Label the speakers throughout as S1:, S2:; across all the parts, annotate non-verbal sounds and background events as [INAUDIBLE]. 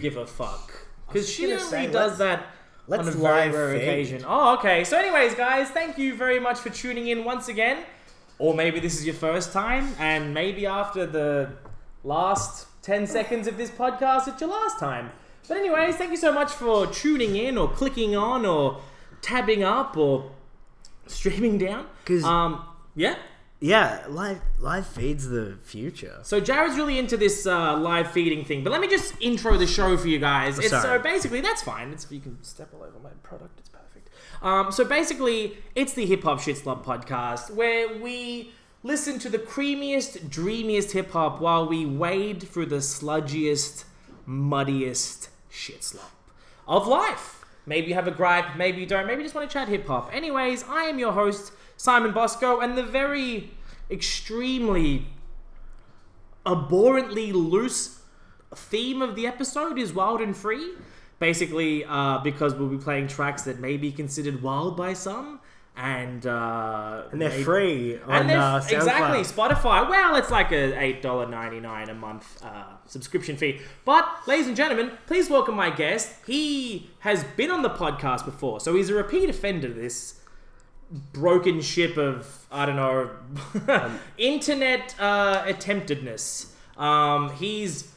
S1: give a fuck? Because she
S2: gonna
S1: only
S2: say,
S1: does
S2: let's-
S1: that
S2: let's
S1: on a very
S2: live
S1: rare
S2: feed.
S1: occasion. Oh, okay. So, anyways, guys, thank you very much for tuning in once again. Or maybe this is your first time, and maybe after the last 10 seconds of this podcast, it's your last time. But, anyways, thank you so much for tuning in, or clicking on, or tabbing up, or streaming down.
S2: 'Cause-
S1: um, yeah.
S2: Yeah, live live feeds the future.
S1: So Jared's really into this uh, live feeding thing, but let me just intro the show for you guys. It's, so
S2: Sorry.
S1: basically, that's fine. It's you can step all over my product. It's perfect. Um, so basically, it's the Hip Hop Shit Slop podcast where we listen to the creamiest, dreamiest hip hop while we wade through the sludgiest, muddiest shit slop of life. Maybe you have a gripe, maybe you don't, maybe you just want to chat hip hop. Anyways, I am your host, Simon Bosco, and the very extremely abhorrently loose theme of the episode is wild and free. Basically, uh, because we'll be playing tracks that may be considered wild by some, and uh,
S2: And they're
S1: may-
S2: free on
S1: and they're
S2: uh,
S1: f- exactly
S2: SoundCloud.
S1: Spotify. Well, it's like a eight dollar ninety nine a month uh, subscription fee. But, ladies and gentlemen, please welcome my guest. He has been on the podcast before, so he's a repeat offender. to This broken ship of I don't
S2: Um,
S1: know [LAUGHS] internet uh, attemptedness. Um, he's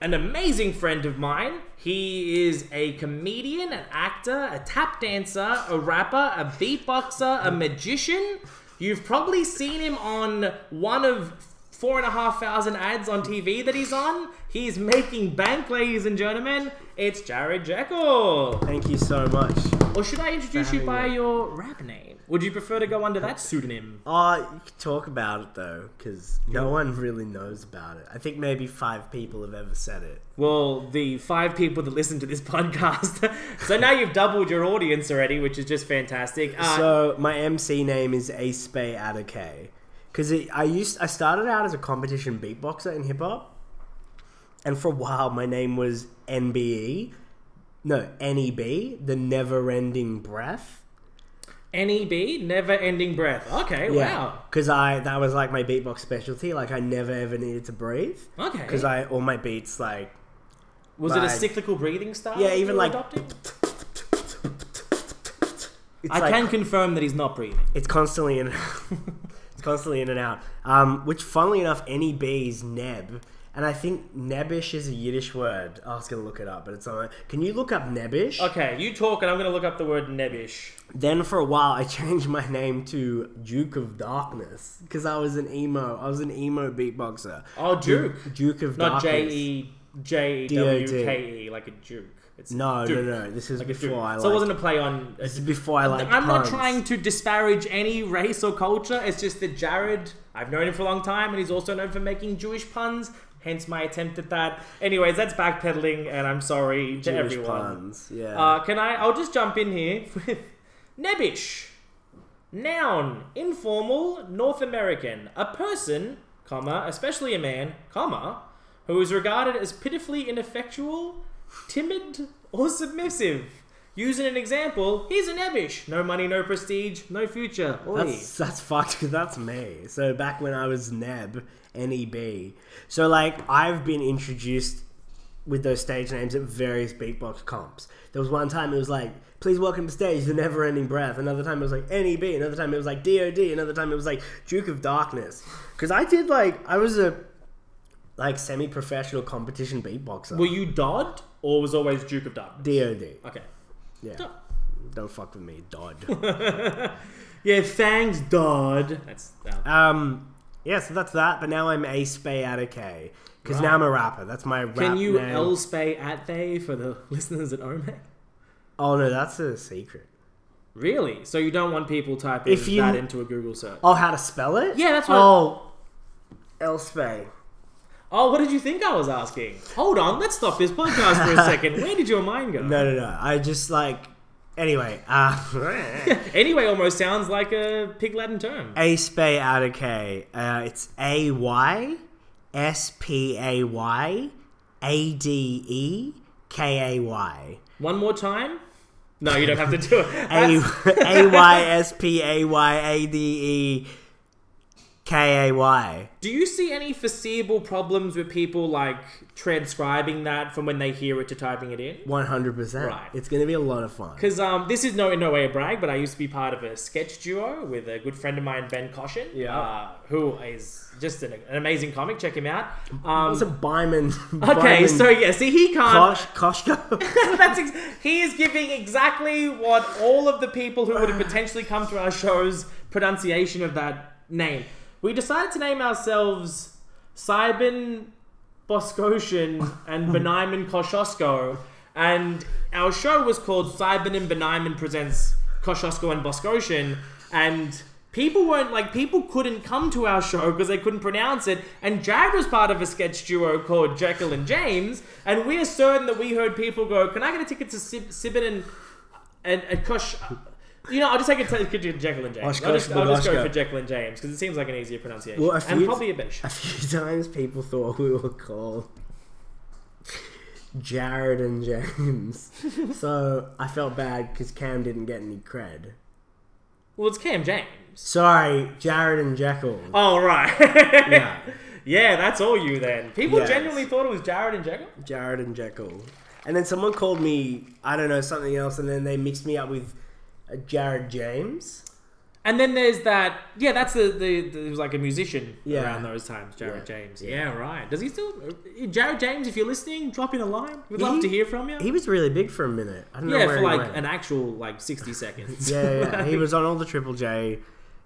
S1: an amazing friend of mine. He is a comedian, an actor, a tap dancer, a rapper, a beatboxer, a magician. You've probably seen him on one of four and a half thousand ads on TV that he's on. He's making bank, ladies and gentlemen. It's Jared Jekyll.
S2: Thank you so much.
S1: Or should I introduce you
S2: having
S1: by
S2: me.
S1: your rap name? Would you prefer to go under that pseudonym?
S2: Uh, you can talk about it though, because no one really knows about it. I think maybe five people have ever said it.
S1: Well, the five people that listen to this [LAUGHS] podcast. so now you've doubled your audience already, which is just fantastic. Uh,
S2: so my MC name is Ace Bay Adake, because I used I started out as a competition beatboxer in hip hop, and for a while my name was NBE, no NEB, the never ending breath.
S1: NEB, E never ending breath. Okay, wow.
S2: Because I that was like my beatbox specialty. Like I never ever needed to breathe.
S1: Okay.
S2: Because I all my beats like
S1: was it a
S2: like-
S1: cyclical breathing style?
S2: Yeah,
S1: that
S2: even
S1: you were
S2: like-
S1: adopting?
S2: it's
S1: I
S2: like,
S1: can confirm that he's not breathing.
S2: it's constantly in [LAUGHS] it's constantly in and out. Um, which funnily enough, any bees neb. And I think nebish is a Yiddish word. I was gonna look it up, but it's not. Can you look up nebish?
S1: Okay, you talk, and I'm going to look up the word nebbish.
S2: Then for a while, I [LAUGHS] changed my name to Duke of Darkness because I was an emo. I was an emo beatboxer.
S1: Oh, Duke.
S2: Duke of
S1: Not J
S2: Darkness.
S1: E J E W K E, like a Duke. It's
S2: No,
S1: Duke.
S2: no, no. This is
S1: Like a Duke.
S2: before I like.
S1: so it wasn't a play on.
S2: This is before I like.
S1: I'm not trying to disparage any race or culture. It's just that Jared, I've known him for a long time, and he's also known for making Jewish puns. Hence my attempt at that. Anyways, that's backpedaling, and I'm sorry to everyone.
S2: puns. Yeah.
S1: Uh, can I? I'll just jump in here [LAUGHS] with nebbish, noun, informal, North American, a person, comma, especially a man, comma, who is regarded as pitifully ineffectual, timid, or submissive. Using an example, he's a nebbish. No money, no prestige, no future. Oi.
S2: that's that's fucked [LAUGHS] 'cause that's me. So back when I was Neb, N E B. So like I've been introduced with those stage names at various beatbox comps. There was one time it was like, please welcome to stage the never ending breath. Another time it was like NEB. Another time it was like DOD. Another time it was like Duke of Darkness. Because I did like I was a like semi professional competition beatboxer.
S1: Were you Dodd or was always Duke of Darkness?
S2: DOD.
S1: Okay.
S2: Yeah.
S1: Dodd.
S2: Don't fuck with me, Dodd.
S1: Yeah, thanks, Dodd. That's uh,
S2: Um, yeah, so that's that. But now I'm Ace Bay out of K because now I'm a rapper. That's my rap
S1: Can you
S2: name.
S1: L spay at they for the [LAUGHS] listeners at home?
S2: oh no, that's a secret.
S1: Really? So you don't want people typing
S2: If you-
S1: that into a Google search?
S2: Oh, how to spell it?
S1: Yeah, that's what-
S2: Oh, Else Bay.
S1: Oh, what did you think I was asking? Hold on, let's stop this podcast
S2: [LAUGHS]
S1: for a second. Where did your mind go?
S2: No, no, no. I just like. Anyway, uh, [LAUGHS]
S1: Anyway, almost sounds like a pig Latin term.
S2: Ace Bay out of K. Uh, it's A Y S P A Y A D E K A Y.
S1: One more time? No, you don't have to
S2: [LAUGHS]
S1: do it.
S2: A
S1: That's-
S2: A Y S P A Y A D E K A Y.
S1: [LAUGHS] Do you see any foreseeable problems with people like transcribing that from when they hear it to typing it in?
S2: One hundred percent.
S1: Right.
S2: It's gonna be a lot of fun.
S1: Because um, this is no in no way a brag, but I used to be part of a sketch duo with a good friend of mine, Ben Caution,
S2: Yeah.
S1: uh, who is just an, an amazing comic. Check him out.
S2: What's a
S1: Um,
S2: Byman?
S1: [LAUGHS] okay, um, so yeah, see, he [LAUGHS] can't.
S2: Kosh, Koshko. [LAUGHS]
S1: That's ex- he is giving exactly what all of the people who would have potentially come to our show's pronunciation of that name. We decided to name ourselves Cybin Boskoshin
S2: [LAUGHS]
S1: and Benaiman Kosciuszko, and our show was called Cybin and Benaiman Presents Kosciuszko and Boskoshin, and people weren't like people couldn't come to our show because they couldn't pronounce it and jared was part of a sketch duo called jekyll and james and we're certain that we heard people go can i get a ticket to Sib- sibin and and, and kosh you know i'll just take a ticket to jekyll and james i'll just,
S2: Oshkosh,
S1: I'll just go
S2: Bodoshko.
S1: for jekyll and james because it seems like an easier pronunciation
S2: Well, a
S1: and
S2: few-
S1: probably a better show
S2: a few times people thought we were called Jared and James, so I felt bad because Cam didn't get any cred.
S1: well it's cam james
S2: Sorry, Jared
S1: [LAUGHS]
S2: and Jekyll.
S1: oh right
S2: Yeah,
S1: [LAUGHS] Yeah, that's all you then. People
S2: Yes.
S1: genuinely thought it was Jared and Jekyll.
S2: Jared and Jekyll. And then someone called me, I don't know, something else, and then they mixed me up with uh, Jared James.
S1: And then there's that. Yeah, that's the the, the it was like a musician
S2: Yeah.
S1: around those times, Jared
S2: Yeah.
S1: James. Yeah. right. Does he still? uh, Jared James, if you're listening, drop in a line. We'd love
S2: He-
S1: to hear from you.
S2: He was really big for a minute. I don't know
S1: yeah,
S2: where
S1: for
S2: he
S1: like
S2: went.
S1: an actual like sixty seconds.
S2: [LAUGHS] Yeah, yeah, yeah. he
S1: Like-
S2: was on all the Triple J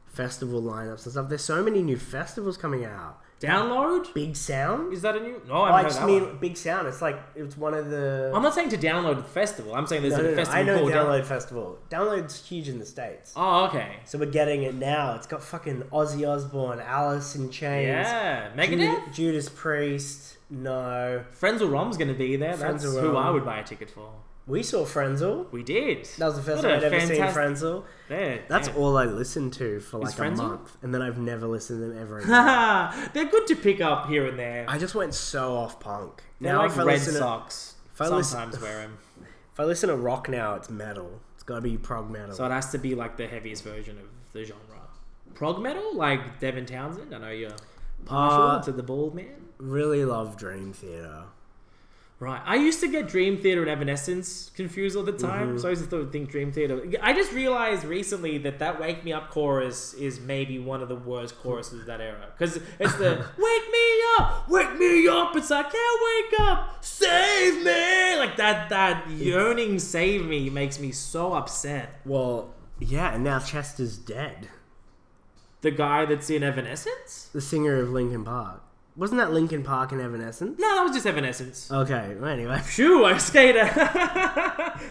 S2: festival lineups and stuff. There's so many new festivals coming out.
S1: [LAUGHS] Download
S2: Big Sound.
S1: is that a new? No, I
S2: I
S1: haven't
S2: just
S1: heard that
S2: mean
S1: one.
S2: Big Sound. It's like it's one of the.
S1: I'm not saying to download the festival. I'm saying there's
S2: No,
S1: a
S2: no, no,
S1: festival
S2: I know
S1: called uh,
S2: Download Festival. Download's huge in the states,
S1: Oh, okay.
S2: so we're getting it now. It's got fucking Ozzy Osbourne, Alice in Chains,
S1: Yeah,
S2: Ju-
S1: Megadeth.
S2: Judas Priest. No,
S1: Frenzel Rom's gonna be there. That's
S2: Frenzel
S1: who I
S2: Rom.
S1: would buy a ticket for.
S2: we saw Frenzel.
S1: We did.
S2: That was the first
S1: What a
S2: time I'd ever seen
S1: fantastic-
S2: Frenzel.
S1: There,
S2: That's
S1: yeah.
S2: all I listened to for like a
S1: Frenzel?
S2: month, and then I've never listened to them
S1: [LAUGHS]
S2: ever again.
S1: They're good to pick up here and there.
S2: I just went so off punk.
S1: They're
S2: Now
S1: like
S2: if I
S1: red
S2: listen to-
S1: socks.
S2: if I listen-
S1: Sometimes wear
S2: [LAUGHS]
S1: them.
S2: If I listen to rock now, it's metal. It's gotta be prog metal.
S1: So it has to be like the heaviest version of the genre. Prog metal, like Devin Townsend. I know you're partial
S2: Uh,
S1: to the bald man.
S2: really love Dream Theater.
S1: Right. I used to get Dream Theater and Evanescence confused all the time. So I used to th- think Dream Theater. I just realized recently that that Wake Me Up chorus is maybe one of the worst choruses of that era. Because it's the Wake Me Up, Wake Me Up. It's like, can't wake up, save me. Like that, that yearning save me makes me so upset.
S2: Well, yeah, and now Chester's dead.
S1: The guy that's in Evanescence?
S2: The singer of Linkin Park. Wasn't that Linkin Park and Evanescence?
S1: No, that was just Evanescence.
S2: Okay, well, anyway. [LAUGHS]
S1: Phew, I skater.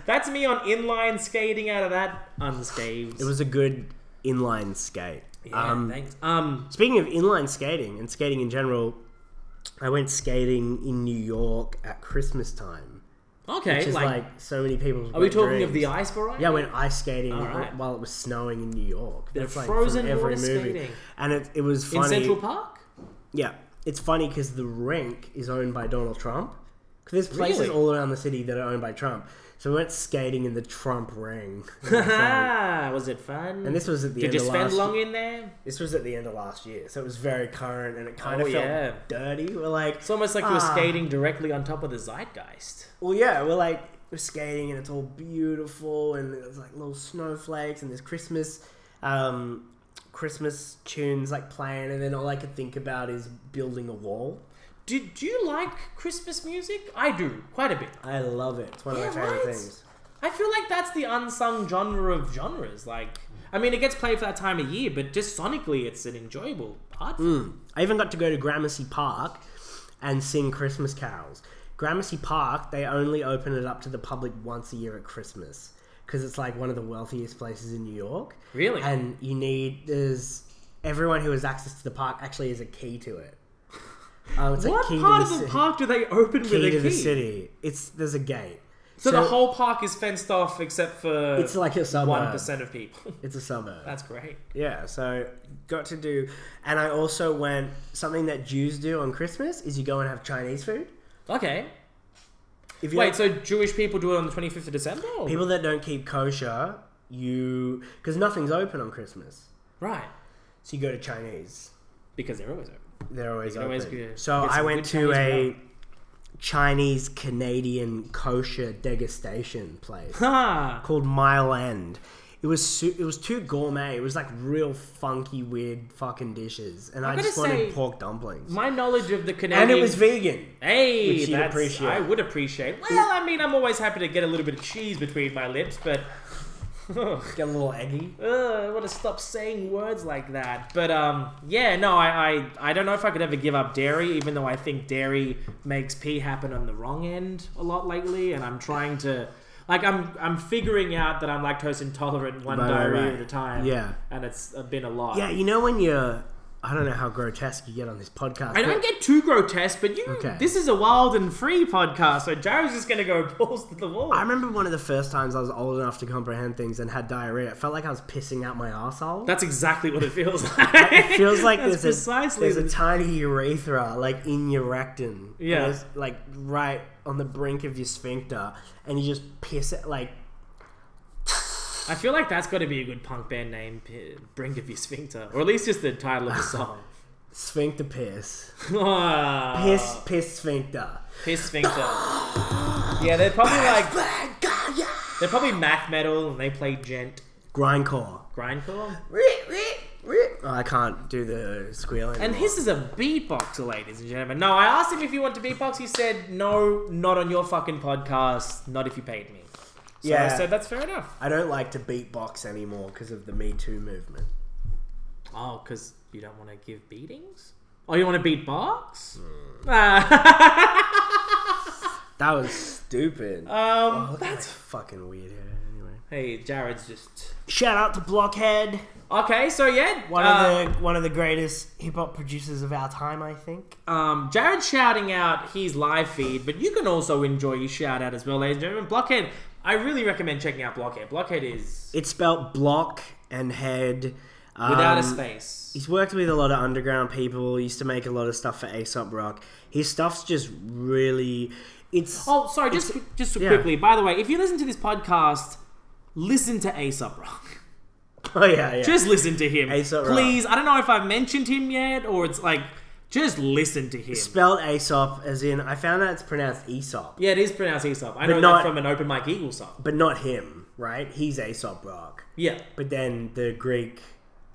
S1: [LAUGHS] that's me on inline skating out of that unscathed.
S2: It was a good inline skate.
S1: Yeah,
S2: um,
S1: thanks. Um,
S2: Speaking of inline skating and skating in general, I went skating in New York at Christmas time.
S1: okay.
S2: Which is
S1: like,
S2: like, so many people's
S1: are we
S2: wet
S1: talking of
S2: dreams.
S1: the ice variety?
S2: Yeah, I went ice skating
S1: Alright.
S2: while it was snowing in New York.
S1: The
S2: That's like
S1: frozen
S2: from every
S1: water
S2: movie.
S1: skating.
S2: And it, it was
S1: in
S2: funny.
S1: Central Park.
S2: Yeah, it's funny because the rink is owned by Donald Trump. 'Cause there's places
S1: Really?
S2: all around the city that are owned by Trump. So we went skating in the Trump ring. [LAUGHS]
S1: [LAUGHS] Ah, was it fun?
S2: and this was at the
S1: Did
S2: end
S1: you
S2: of
S1: spend
S2: last
S1: long in there?
S2: This was at the end of last year, so it was very current and it kind
S1: Oh,
S2: of felt
S1: yeah.
S2: dirty. We're like,
S1: It's almost like you were
S2: Ah.
S1: skating directly on top of the zeitgeist.
S2: well, yeah, we're like we're skating and it's all beautiful and there's like little snowflakes and there's Christmas, um, Christmas tunes like playing, and then all I could think about is building a wall.
S1: Do, do you like Christmas music? I do quite a bit.
S2: I love it. It's one
S1: Yeah,
S2: of my favorite
S1: right?
S2: things.
S1: I feel like that's the unsung genre of genres. Like, I mean, it gets played for that time of year, but just sonically, it's an enjoyable art. form.
S2: I even got to go to Gramercy Park and sing Christmas carols. Gramercy Park, they only open it up to the public once a year at Christmas because it's like one of the wealthiest places in New York.
S1: Really?
S2: And you need there's everyone who has access to the park actually has a key to it. Um, it's
S1: What
S2: a key
S1: part
S2: to the,
S1: of the
S2: ci-
S1: park do they open
S2: key
S1: with a
S2: to the
S1: key?
S2: city. It's there's a gate.
S1: So, the whole park is fenced off except for
S2: it's like uh, a suburb.
S1: one percent of people.
S2: It's a suburb.
S1: That's great.
S2: Yeah, so got to do, and I also went something that Jews do on Christmas is you go and have Chinese food.
S1: Okay.
S2: If you
S1: Wait,
S2: don't-
S1: so Jewish people do it on the 25th of December? Or?
S2: people that don't keep kosher, you because nothing's open on Christmas,
S1: Right.
S2: so you go to Chinese.
S1: because they're always open.
S2: They're always open.
S1: always get-
S2: so
S1: get
S2: I
S1: some
S2: went
S1: good
S2: to
S1: Chinese
S2: a Chinese Canadian kosher degustation place
S1: Ha!
S2: called Mile End. It was su- it was too gourmet. It was like real funky, weird fucking dishes, and i
S1: gotta
S2: just wanted
S1: say-
S2: pork dumplings.
S1: My knowledge of the Canadian
S2: and it was vegan.
S1: Hey,
S2: Which you'd
S1: that's,
S2: appreciate.
S1: I would appreciate. Well, I mean, I'm always happy to get a little bit of cheese between my lips, but [LAUGHS] ugh,
S2: Get a little eggy.
S1: I want to stop saying words like that. But um, yeah, no, I, I I don't know if I could ever give up dairy, even though I think dairy makes pee happen on the wrong end a lot lately, and I'm trying to. Like I'm, I'm figuring out that I'm lactose intolerant one
S2: Right, right,
S1: diarrhea
S2: right.
S1: at a time.
S2: Yeah.
S1: and it's uh, been a lot.
S2: Yeah, you know when you're. I don't know how grotesque you get on this podcast.
S1: I don't
S2: but-
S1: get too grotesque, but you.
S2: Okay.
S1: This is a wild and free podcast, so Jared's just gonna go [LAUGHS] balls to the wall.
S2: I remember one of the first times I was old enough to comprehend things and had diarrhea. It felt like I was pissing out my asshole.
S1: That's exactly what it feels like.
S2: [LAUGHS]
S1: [LAUGHS]
S2: it feels like
S1: That's
S2: there's
S1: precisely
S2: a there's
S1: the-
S2: a tiny urethra like in your rectum.
S1: Yeah.
S2: And it's, like right on the brink of your sphincter, and you just piss it like
S1: I feel like that's got to be a good punk band name, P- Brink of Your Sphincter, or at least just the title of the song. [LAUGHS]
S2: sphincter piss,
S1: Ah,
S2: piss piss sphincter.
S1: piss sphincter. Yeah, they're probably like
S2: Thank God, yeah.
S1: they're probably math metal and they play gent
S2: Grindcore.
S1: grindcore.
S2: Oh, I can't do the squeal anymore.
S1: And his is a beatboxer, ladies and gentlemen. No, I asked him if he wanted to beatbox. He said no, not on your fucking podcast. Not if you paid me. So I
S2: Yeah.
S1: said that's fair enough.
S2: I don't like to beatbox anymore because of the Me Too movement.
S1: Oh, because you don't want to give beatings. Hmm. Oh, you want to beatbox? Ah. [LAUGHS]
S2: That was stupid.
S1: um,
S2: Look at
S1: that's
S2: my Oh, fucking weird hair, anyway.
S1: Hey, Jared's just.
S2: Shout out to Blockhead,
S1: Okay, so yeah,
S2: one
S1: uh,
S2: of the one of the greatest hip hop producers of our time, I think.
S1: um, Jared shouting out his live feed, but you can also enjoy his shout out as well, ladies and gentlemen. Blockhead, I really recommend checking out Blockhead. Blockhead is
S2: It's spelt block and head. Um,
S1: without a space.
S2: He's worked with a lot of underground people. He used to make a lot of stuff for Aesop Rock. His stuff's just really. It's
S1: Oh, sorry, just just quickly. By the way, if you listen to this podcast, listen to Aesop Rock.
S2: [LAUGHS] oh yeah
S1: [LAUGHS]
S2: yeah.
S1: Just listen to him,
S2: Aesop Rock.
S1: please. I don't know if I've mentioned him yet, or it's like just listen to him.
S2: spelled Aesop as in I found out it's pronounced Aesop,
S1: Yeah, it is pronounced Aesop. I know
S2: not-
S1: that from an open mic Eagle song.
S2: but not him. Right? He's Aesop Rock.
S1: Yeah,
S2: But then the Greek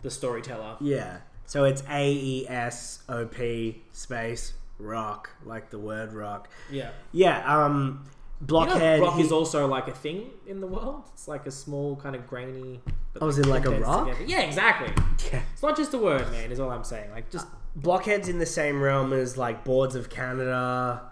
S1: the storyteller.
S2: Yeah. So it's A E S O P space rock, like the word rock.
S1: Yeah.
S2: Yeah. Um,
S1: You know,
S2: blockhead.
S1: rock
S2: he-
S1: is also like a thing in the world. It's like a small, kind of grainy. but
S2: Oh, is it like a
S1: condensed
S2: rock?
S1: together. Yeah, exactly.
S2: Yeah.
S1: It's not just a word, man. Is all I'm saying. Like just
S2: Blockhead's in the same realm as like boards of Canada.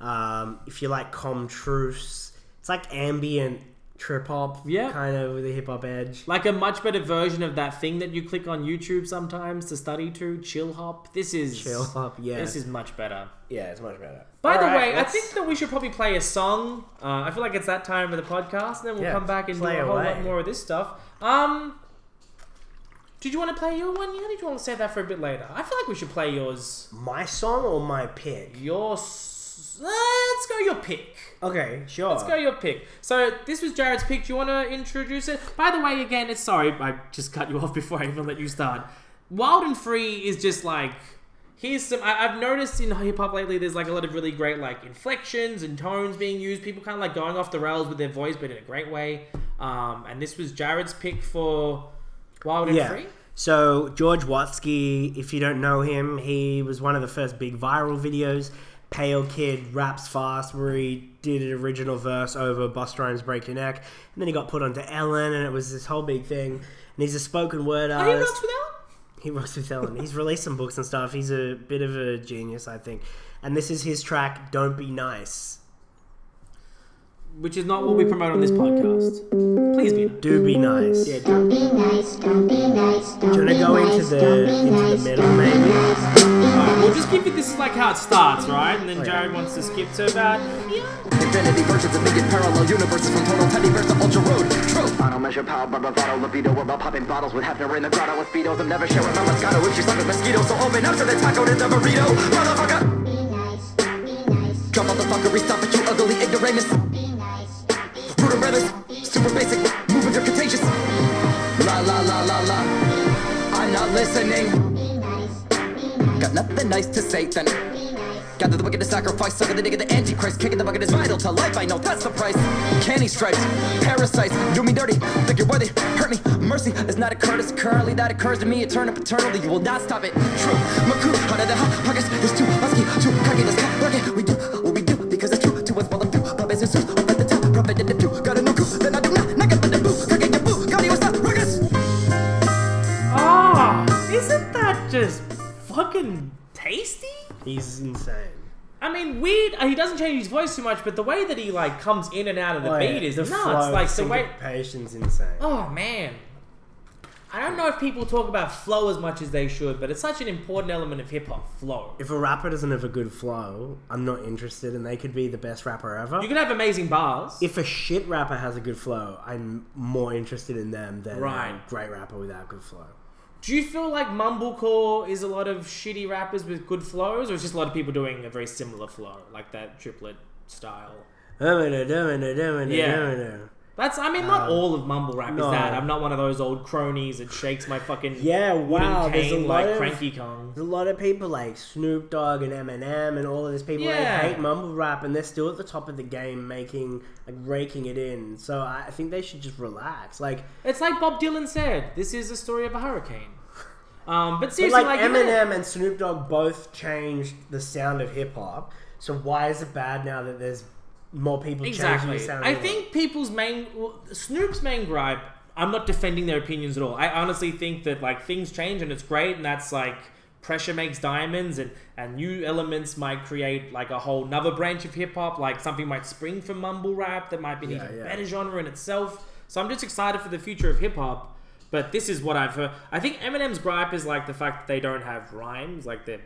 S2: Um, if you like Com Truce, it's like ambient trip hop.
S1: Yeah.
S2: Kind of with a hip hop edge.
S1: like a much better version of that thing that you click on YouTube sometimes to study to chill hop. This is
S2: Chill hop. Yeah.
S1: This is much better.
S2: yeah. It's much better.
S1: By the
S2: Alright,
S1: way, I
S2: let's
S1: think that we should probably play a song. Uh, I feel like it's that time of the podcast, and then we'll
S2: Yeah,
S1: come back and do
S2: play
S1: a whole lot
S2: away.
S1: more of this stuff. Um, did you want to play your one yet? Or did you want to save that for a bit later? I feel like we should play yours.
S2: my song or my pick.
S1: Your s- uh, let's go your pick.
S2: Okay, sure.
S1: Let's go your pick. So this was Jared's pick. Do you want to introduce it? By the way, again, it's sorry I just cut you [LAUGHS] off before I even let you start. Wild and free is just like here's some. I, I've noticed in hip hop lately, there's like a lot of really great like inflections and tones being used. People kind of like going off the rails with their voice, but in a great way. Um, and this was Jared's pick for Wild and
S2: Yeah.
S1: Free.
S2: So George Watsky, if you don't know him, he was one of the first big viral videos. Pale Kid raps fast, where he did an original verse over Busta Rhymes "Break Your Neck," and then he got put onto Ellen, and it was this whole big thing. And he's a spoken word
S1: Are you
S2: artist.
S1: nuts with that?
S2: He works with Ellen. He's released some books and stuff. He's a bit of a genius, I think. And this is his track "Don't Be Nice."
S1: Which is not what we promote on this podcast. Please be. nice.
S2: Do be nice.
S1: Yeah,
S3: Don't be nice, don't be nice, don't
S2: Do you
S3: be
S2: wanna go into
S3: nice,
S2: the
S3: don't be
S2: into the
S3: nice,
S2: middle, maybe?
S1: Alright, we'll just give you this is like how it starts, right? And then
S2: yeah.
S1: Jared wants to skip to about
S4: Infinity versions of naked parallel universes from total pettyverse to ultra road. Truth. I don't measure power by bravado, libido about popping bottles with Hefner in the grotto with speedos. I'm never sharing my Moscato if you suck with mosquitoes. So open up to the taco and the burrito, motherfucker.
S3: Be nice,
S2: Uh,
S3: don't be nice,
S4: Drop out the fuckery, stop it, you ugly ignoramus.
S3: be nice, don't be
S4: Rude and reckless, super basic, moving you're contagious. La la la la la. I'm not listening.
S3: nice, don't be nice,
S4: nothing nice to say then.
S3: be nice.
S4: Gather the wicked to sacrifice, sucker the nigga the antichrist, kicking the bucket is vital to life. I know that's the price. Candy stripes, parasites, do me dirty, think you're worthy, hurt me. Mercy is not a courtesy currently that occurs to me, eternal paternally. You will not stop it. True, Maku, out of the hot pockets, it's too husky, too cocky, let's cut bucket. We do what we do because it's true to us, well, I'm through. But business suits, up at the top, profit in the do. Got a new crew, then I do not, knock up the boo, cocking the boo, got what's up, ruckus.
S1: Ah, isn't that just fucking tasty?
S2: He's insane.
S1: I mean, weird. He doesn't change his voice too much, but the way that he like comes in and out of the
S2: Like,
S1: beat is
S2: the
S1: nuts.
S2: flow,
S1: like the way.
S2: syncopation's insane.
S1: Oh man, I don't know if people talk about flow as much as they should, but it's such an important element of hip hop. Flow.
S2: If a rapper doesn't have a good flow, I'm not interested, and they could be the best rapper ever.
S1: You can have amazing bars.
S2: if a shit rapper has a good flow, I'm more interested in them than a
S1: Right.
S2: great rapper without good flow.
S1: Do you feel like mumblecore is a lot of shitty rappers with good flows, or it's just a lot of people doing a very similar flow, like that triplet style?
S2: Yeah.
S1: That's, I mean, not all of mumble rap
S2: Um, no.
S1: is that. I'm not one of those old cronies that shakes my fucking
S2: Yeah,
S1: wooden
S2: wow. There's a
S1: cane
S2: lot
S1: like
S2: of
S1: Cranky Kong.
S2: there's a lot of people like Snoop Dogg and Eminem and all of these people
S1: Yeah.
S2: they hate mumble rap and they're still at the top of the game, making like raking it in. So I I think they should just relax. Like,
S1: It's like Bob Dylan said, this is the story of a hurricane. Um, but
S2: but,
S1: seriously,
S2: like
S1: like, even-
S2: Eminem and Snoop Dogg both changed the sound of hip hop. So why is it bad now that there's more people changing
S1: Exactly.
S2: the sound?
S1: I
S2: of hip-hop?
S1: think people's main well, Snoop's main gripe. I'm not defending their opinions at all. I honestly think that like things change and it's great, and that's like pressure makes diamonds, and and new elements might create like a whole nother branch of hip hop. Like something might spring from mumble rap that might be an
S2: Yeah,
S1: even
S2: yeah.
S1: better genre in itself. So I'm just excited for the future of hip hop. But this is what I've heard. I think Eminem's gripe is like the fact that they don't have rhymes, like they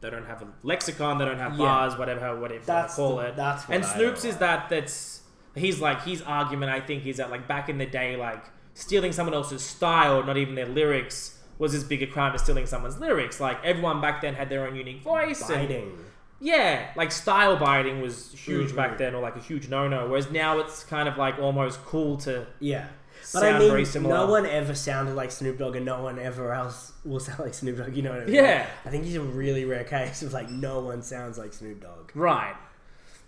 S1: they don't have a lexicon, they don't have
S2: Yeah.
S1: bars, whatever, whatever that's
S2: That's
S1: call
S2: the-
S1: it.
S2: that's what
S1: and
S2: I
S1: Snoop's
S2: don't
S1: is that that's he's like his argument. I think is that like back in the day, like stealing someone else's style, not even their lyrics, was as big a crime as stealing someone's lyrics. Like everyone back then had their own unique voice. And,
S2: Biting.
S1: yeah, like style biting was huge back then, or like a huge no-no. Whereas now it's kind of like almost cool to.
S2: Yeah. But I
S1: sound
S2: mean,
S1: very similar.
S2: no one ever sounded like Snoop Dogg, and no one ever else will sound like Snoop Dogg. You know what I mean?
S1: Yeah.
S2: I think he's a really rare case of like no one sounds like Snoop Dogg.
S1: Right.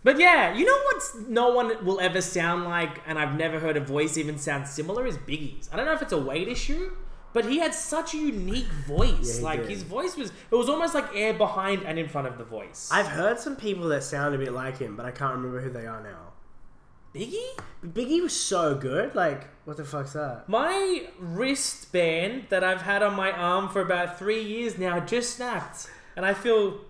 S1: But yeah, you know what's no one will ever sound like, and I've never heard a voice even sound similar is Biggie's. I don't know if it's a weight issue, but he had such a unique voice.
S2: he
S1: like
S2: did.
S1: his voice was, it was almost like air behind and in front of the voice.
S2: I've heard some people that sound a bit like him, but I can't remember who they are now.
S1: Biggie?
S2: But Biggie was so good. Like, what the fuck's that?
S1: My wristband that I've had on my arm for about three years now just snapped, and I feel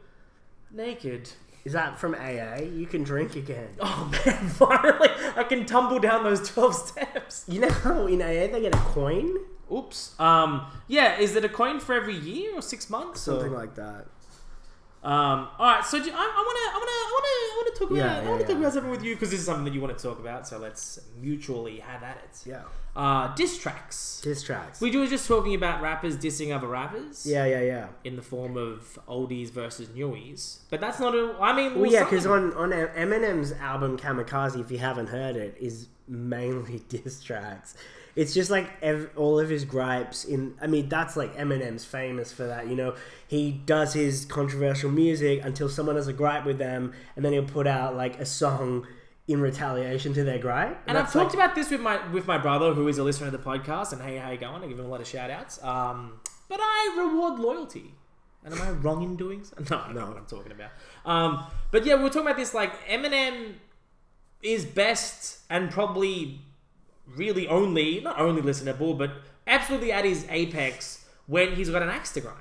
S1: naked.
S2: Is that from AA? You can drink again.
S1: Oh [LAUGHS] man, finally, I can tumble down those 12 steps.
S2: You know how in AA they get a coin?
S1: Oops. Um. Yeah. Is it a coin for every year or six months? or-
S2: Something like that.
S1: Um. All right. So do, I, I wanna, I wanna, I wanna, I wanna talk about,
S2: Yeah,
S1: I wanna
S2: yeah,
S1: talk
S2: yeah.
S1: about something with you because this is something that you want to talk about. So let's mutually have at it.
S2: Yeah.
S1: Uh, diss tracks.
S2: Diss tracks.
S1: We were just talking about rappers dissing other rappers.
S2: yeah, yeah, yeah.
S1: In the form of oldies versus newies, but that's not. A, I mean,
S2: Well,
S1: well,
S2: yeah, because
S1: something-
S2: on, on E- Eminem's album Kamikaze, if you haven't heard it, is mainly [LAUGHS] diss tracks. It's just like ev- all of his gripes in. I mean, that's like Eminem's famous for that. You know, he does his controversial music until someone has a gripe with them, and then he'll put out like a song in retaliation to their gripe.
S1: And I've
S2: that's, like,
S1: talked about this with my with my brother, who is a listener of the podcast, and hey, how you going? I give him a lot of shout outs. Um, but I reward loyalty. And am I wrong in doing so? [LAUGHS] No, I know what I'm talking about. Um, but yeah, we were talking about this. Like Eminem is best and probably really only not only listenable, but absolutely at his apex when he's got an axe to grind.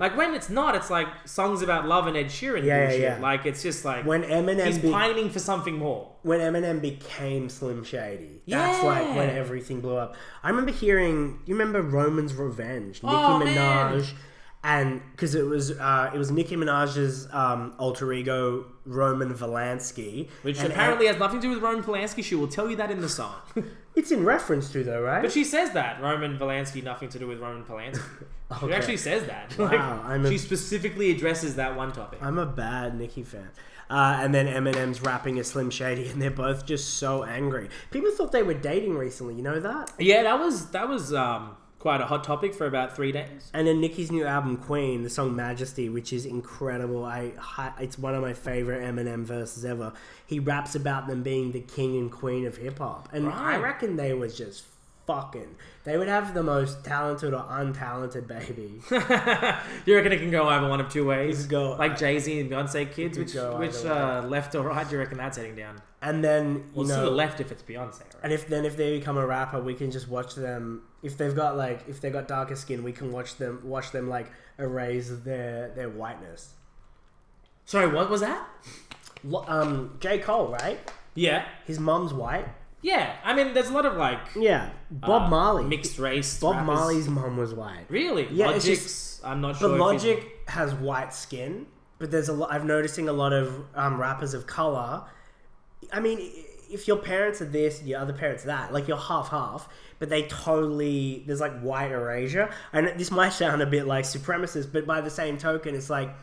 S1: Like when it's not, it's like songs about love and Ed Sheeran.
S2: Mm-hmm. Yeah, yeah,
S1: bullshit.
S2: yeah.
S1: Like it's just like
S2: when
S1: he's
S2: Eminem be-
S1: pining for something more.
S2: when Eminem became Slim Shady. That's like when
S1: Yeah.
S2: everything blew up. I remember hearing. You remember Roman's Revenge, Nicki
S1: Oh, man.
S2: Minaj, and because it was uh, it was Nicki Minaj's um, alter ego Roman Polanski,
S1: Which
S2: and
S1: apparently has nothing to do with Roman Polanski. She will tell you that in the song.
S2: it's in reference to though, right?
S1: but she says that Roman Polanski, nothing to do with Roman
S2: [LAUGHS]
S1: Polanski. She
S2: Okay.
S1: actually says that.
S2: Wow, Uh, I'm a-
S1: she specifically addresses that one topic.
S2: I'm a bad Nicki fan. Uh, and then Eminem's rapping is Slim Shady, and they're both just so angry. People thought they were dating recently. You know that?
S1: yeah, that was that was um, Quite a hot topic for about three days. [LAUGHS]
S2: And then Nicki's new album Queen, the song Majesty, which is incredible. I hi- it's one of my favorite Eminem verses ever. He raps about them being the king and queen of hip hop, and I
S1: Right.
S2: reckon they was just fucking. They would have the most talented or
S1: [LAUGHS]
S2: untalented baby.
S1: You reckon it can go either one of two ways?
S2: could go- uh,
S1: like Jay Z and Beyonce kids,
S2: could
S1: which
S2: go
S1: which
S2: either
S1: uh, left or right? Do you reckon that's heading down?
S2: and then you
S1: Well,
S2: know,
S1: to the left if it's Beyonce, right?
S2: and if then if they become a rapper, we can just watch them. If they've got like if they've got darker skin, we can watch them watch them like erase their their whiteness.
S1: Sorry, what was that?
S2: Lo- Um, J Cole, right?
S1: Yeah,
S2: His mom's white.
S1: yeah. I mean, there's a lot of like
S2: Yeah, Bob
S1: uh,
S2: Marley.
S1: mixed race.
S2: Bob
S1: rappers.
S2: Marley's mom was white.
S1: Really?
S2: Yeah, it's
S1: Logic's.
S2: just-
S1: I'm not
S2: But
S1: sure. if he's-
S2: Logic has white skin, but there's a lot. I've noticing a lot of um, rappers of color. I mean, i- if your parents are this, your other parents that, like you're half half, but they totally there's like white erasure, and this might sound a bit like supremacist, but by the same token, it's like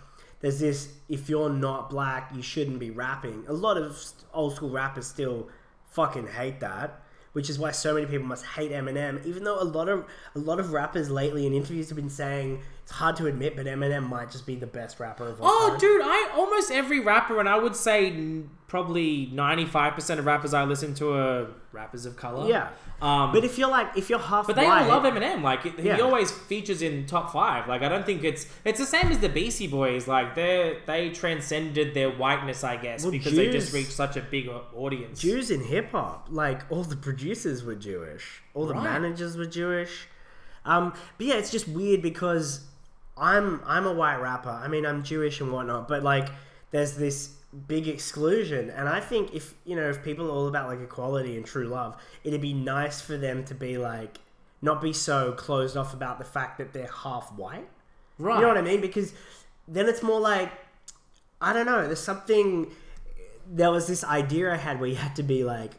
S2: there's this if you're not black, you shouldn't be rapping. A lot of st- old school rappers still fucking hate that. Which is why so many people must hate Eminem, even though a lot of a lot of rappers lately in interviews have been saying it's hard to admit, but Eminem might just be the best rapper of all
S1: Oh,
S2: time.
S1: dude, I almost every rapper, and I would say n- probably 95% of rappers I listen to are rappers of color.
S2: Yeah.
S1: Um,
S2: But if you're like if you're half,
S1: But they
S2: white,
S1: all love Eminem. Like it-
S2: Yeah.
S1: he always features in top five. Like I don't think it's it's the same as the Beastie Boys. Like they they transcended their whiteness, I guess,
S2: Well,
S1: because they just
S2: Jews-
S1: reached such a big au- audience.
S2: Jews in hip hop, like all the producers were Jewish, all the
S1: Right.
S2: managers were Jewish. Um, but yeah, it's just weird because I'm I'm a white rapper. I mean, I'm Jewish and whatnot, but like there's this big exclusion, and I think if you know if people are all about like equality and true love, it'd be nice for them to be like not be so closed off about the fact that they're half white.
S1: right?
S2: You know what I mean? Because then it's more like I don't know. There's something. There was this idea I had where you had to be like,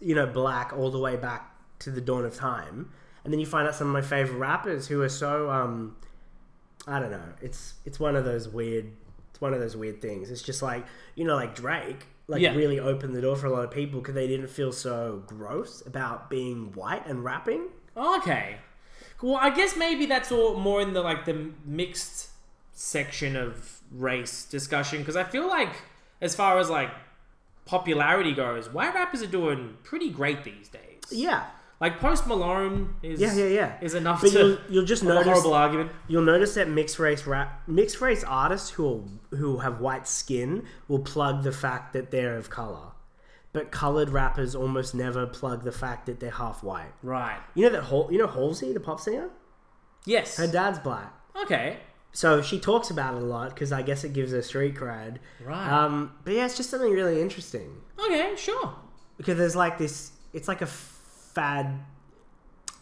S2: you know, black all the way back to the dawn of time, and then you find out some of my favorite rappers who are so um, I don't know. It's it's one of those weird. It's one of those weird things. It's just like you know, like Drake. Like
S1: Yeah.
S2: really opened the door for a lot of people because they didn't feel so gross about being white and rapping.
S1: Okay. Well, I guess maybe that's all more in the like the mixed section of race discussion because I feel like as far as like popularity goes, white rappers are doing pretty great these days.
S2: Yeah,
S1: Like Post Malone is
S2: yeah, yeah, yeah.
S1: is enough
S2: But
S1: to
S2: you'll, you'll just
S1: a
S2: notice
S1: horrible argument.
S2: You'll notice that mixed race rap, mixed race artists who are, who have white skin will plug the fact that they're of color, but colored rappers almost never plug the fact that they're half white.
S1: Right.
S2: You know that Hal- you know Halsey, the pop singer,
S1: Yes.
S2: her dad's black,
S1: Okay.
S2: so she talks about it a lot because I guess it gives her street cred.
S1: Right.
S2: Um, but yeah, it's just something really interesting
S1: Okay. Sure.
S2: because there's like this. It's like a fad.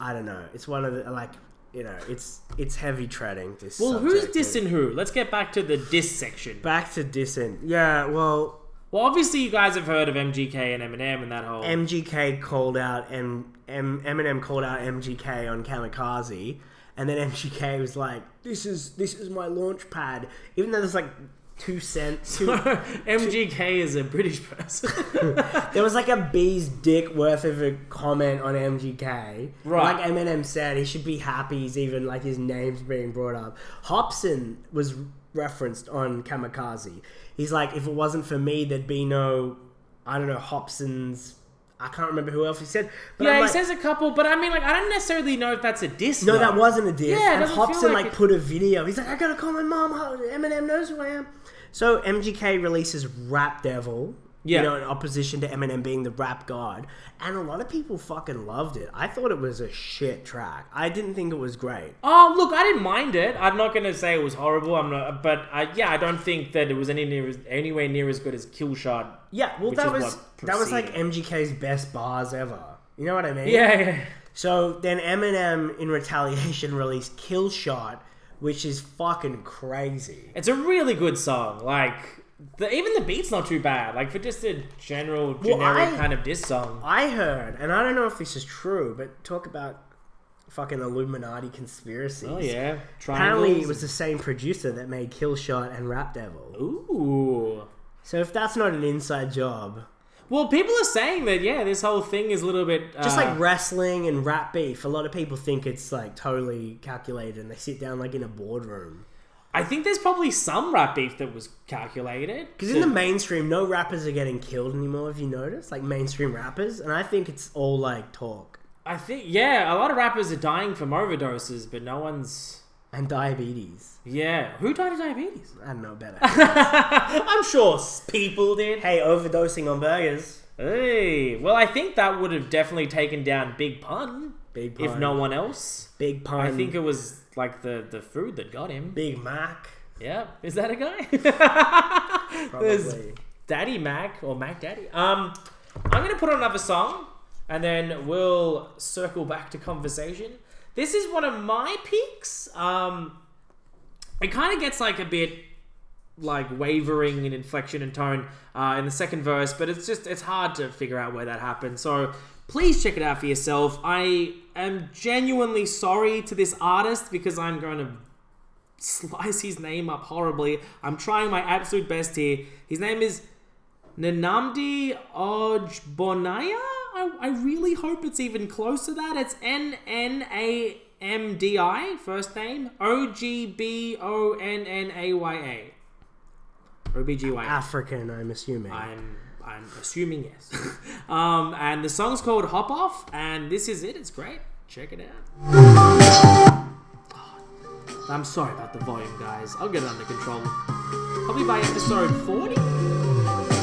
S2: I don't know. It's one of the like you know. It's it's heavy treading. This
S1: Well, who's
S2: subject.
S1: dissing who? Let's get back to the diss section.
S2: Back to dissing. Yeah, well,
S1: Well, obviously you guys have heard of MGK and Eminem and that whole.
S2: MGK called out and M- Eminem called out MGK on Kamikaze, and then MGK was like, "This is this is my launch pad," even though there's like two
S1: [LAUGHS]
S2: cents. Two,
S1: MGK is a British person.
S2: [LAUGHS]
S1: [LAUGHS]
S2: there was like a bee's dick worth of a comment on MGK.
S1: Right.
S2: Like Eminem said, he should be happy. He's even like his name's being brought up. Hobson was referenced on Kamikaze. He's like, if it wasn't for me, there'd be no, I don't know, Hobson's. I can't remember who else he said. But
S1: yeah,
S2: I'm
S1: he
S2: like,
S1: says a couple, but I mean, like, I don't necessarily know if that's a diss.
S2: No,
S1: though.
S2: that wasn't a diss.
S1: Yeah, it
S2: and
S1: doesn't feel
S2: Hobson
S1: like
S2: like,
S1: it.
S2: put a video. He's like, I gotta call my mom. Ho- Eminem knows who I am. So MGK releases Rap Devil.
S1: Yeah.
S2: You know, in opposition to Eminem being the rap god, and a lot of people fucking loved it. I thought it was a shit track. I didn't think it was great.
S1: Oh, look, I didn't mind it. I'm not gonna say it was horrible. I'm not, but I, yeah, I don't think that it was any near, as- anywhere near as good as Killshot.
S2: Yeah, well,
S1: Which
S2: that
S1: is
S2: was
S1: what
S2: that was like
S1: preceded
S2: MGK's best bars ever. You know what I mean?
S1: Yeah, yeah.
S2: So then Eminem, in retaliation, [LAUGHS] released Kill Shot, which is fucking crazy.
S1: It's a really good song. Like, the, even the beat's not too bad. Like for just a general, generic
S2: I-
S1: kind of diss song.
S2: I heard, and I don't know if this is true, but talk about fucking Illuminati conspiracies.
S1: Oh yeah.
S2: Apparently,
S1: Triangles.
S2: it was the same producer that made Kill Shot and Rap Devil.
S1: Ooh.
S2: So if that's not an inside job,
S1: Well, people are saying that yeah, this whole thing is a little bit uh,
S2: Just like wrestling and rap beef, a lot of people think it's like totally calculated, and they sit down like in a boardroom.
S1: I think there's probably some rap beef that was calculated
S2: Because in the mainstream, no rappers are getting killed anymore. If you notice, like mainstream rappers, and I think it's all like talk
S1: I think yeah, a lot of rappers are dying from overdoses, but no one's
S2: and diabetes.
S1: yeah. Who died of diabetes? [LAUGHS]
S2: I don't know better.
S1: I'm sure s- people did.
S2: hey, overdosing on burgers.
S1: Hey, well, I think that would have definitely taken down Big Pun,
S2: Big
S1: if
S2: Pun.
S1: no one else.
S2: Big pun.
S1: I think it was like the the food that got him.
S2: Big Mac.
S1: Yeah, is that a guy? [LAUGHS] There's
S2: Probably.
S1: Daddy Mac or Mac Daddy. Um, I'm gonna put on another song, and then we'll circle back to conversation. This is one of my peaks. Um, it kind of gets like a bit like wavering in inflection and tone uh, in the second verse, but it's just it's hard to figure out where that happened. So please check it out for yourself. I am genuinely sorry to this artist because I'm going to slice his name up horribly. I'm trying my absolute best here. His name is Nanamdi Ojbonaya. I, I really hope it's even close to that. It's N N A M D I, first name. O G B O N N A Y A. O B G Y A.
S2: African, I'm assuming.
S1: I'm I'm assuming yes. [LAUGHS] um, and the song's called Hop Off, and this is it. It's great. Check it out. Oh, I'm sorry about the volume, guys. I'll get it under control. Probably by episode 40.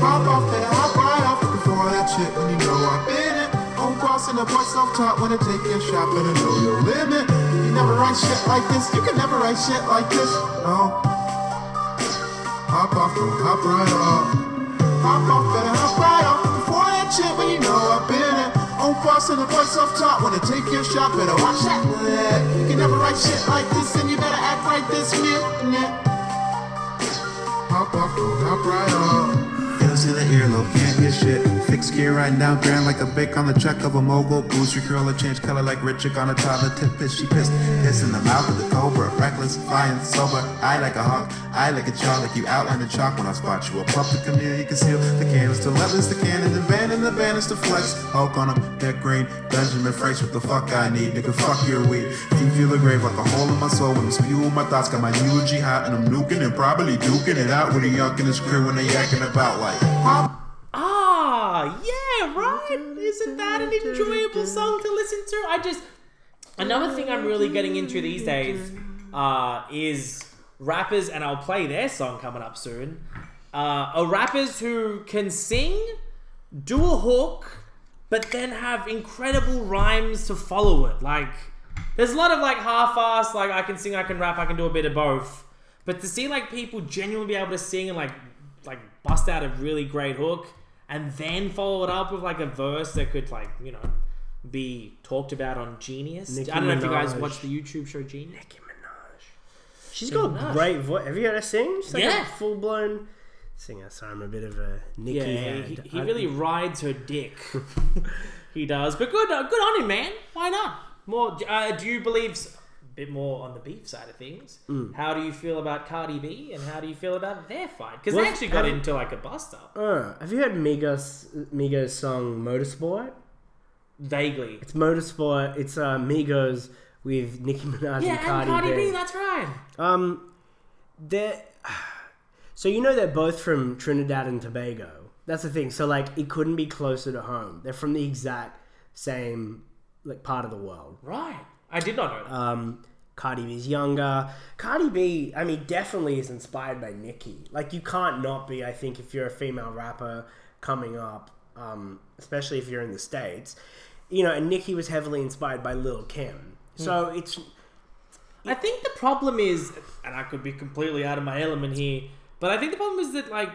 S5: Hop off that, hop right off before that shit when you know I've been it. I'm crossing the boy self-taught when I take your shop and I know your limit. You never write shit like this, you can never write shit like this. No. Hop off, no, hop right off. Hop off that, hop right off before that shit when you know I've been it. I'm crossing the boy self-taught when I take your shop, better watch that. You can never write shit like this and you better act like this minute. Hop off, go hop right off. Feels in the earlobe, can't hear shit. Fixed gear right now, grand like a bake on the check of a mogul. Boost your curler, change color like Richard on a toddler. Tip is she pissed. Piss in the mouth of the cobra. Reckless, flying, sober. I like a hawk, I like a jaw, like you outline the chalk when I spot you. A pup, the community conceal. The cannons to letters, the cannon, the band, and the banners to flex. Hulk on them, that green. Benjamin Frank's what the fuck I need. Nigga, fuck your weed. Deep feel the grave like a hole in my soul when I'm spewing my thoughts. Got my eulogy hot and I'm nuking and probably duking it out with a yunk in his crew when they yakking about like. Hop.
S1: Ah, yeah, right? Isn't that an enjoyable song to listen to? I just. Another thing I'm really getting into these days uh, is rappers, and I'll play their song coming up soon. Uh, are rappers who can sing, do a hook, but then have incredible rhymes to follow it. Like, there's a lot of like half-ass, like I can sing, I can rap, I can do a bit of both. But to see like people genuinely be able to sing and like like bust out a really great hook and then follow it up with like a verse that could like you know be talked about on Genius.
S2: Nicki
S1: I don't know if you guys
S2: Minaj.
S1: watch the YouTube show Genius.
S2: Nicki Minaj. She's got
S1: Minaj.
S2: a great voice. Have you heard her sing? She's like
S1: Yeah.
S2: a full blown singer. Sorry, I'm a bit of a Nicki
S1: Yeah,
S2: head.
S1: he, he
S2: I-
S1: really rides her
S2: [LAUGHS]
S1: dick. he does, but good, uh, good on him, man. Why not? More? Uh, do you believe s- a bit more on the beef side of things?
S2: Mm.
S1: How do you feel about Cardi B, and how do you feel about their fight? Because
S2: Well, um,
S1: they actually got
S2: have-
S1: into like a bust up.
S2: Uh, have you heard Migos Migos song Motorsport?
S1: Vaguely.
S2: It's Motorsport. It's uh, Migos with Nicki Minaj
S1: Yeah,
S2: and Cardi, B.
S1: that's right.
S2: Um, they're [SIGHS] so you know they're both from Trinidad and Tobago. That's the thing. So like, it couldn't be closer to home. They're from the exact same like part of the world.
S1: Right. I did not know that.
S2: Um, Cardi B's younger. Cardi B, I mean, definitely is inspired by Nicki. Like, you can't not be, I think, if you're a female rapper coming up, um, especially if you're in the States. You know, and Nicki was heavily inspired by Lil Kim. So
S1: Hmm.
S2: it's.
S1: I think the problem is, and I could be completely out of my element here, but I think the problem is that like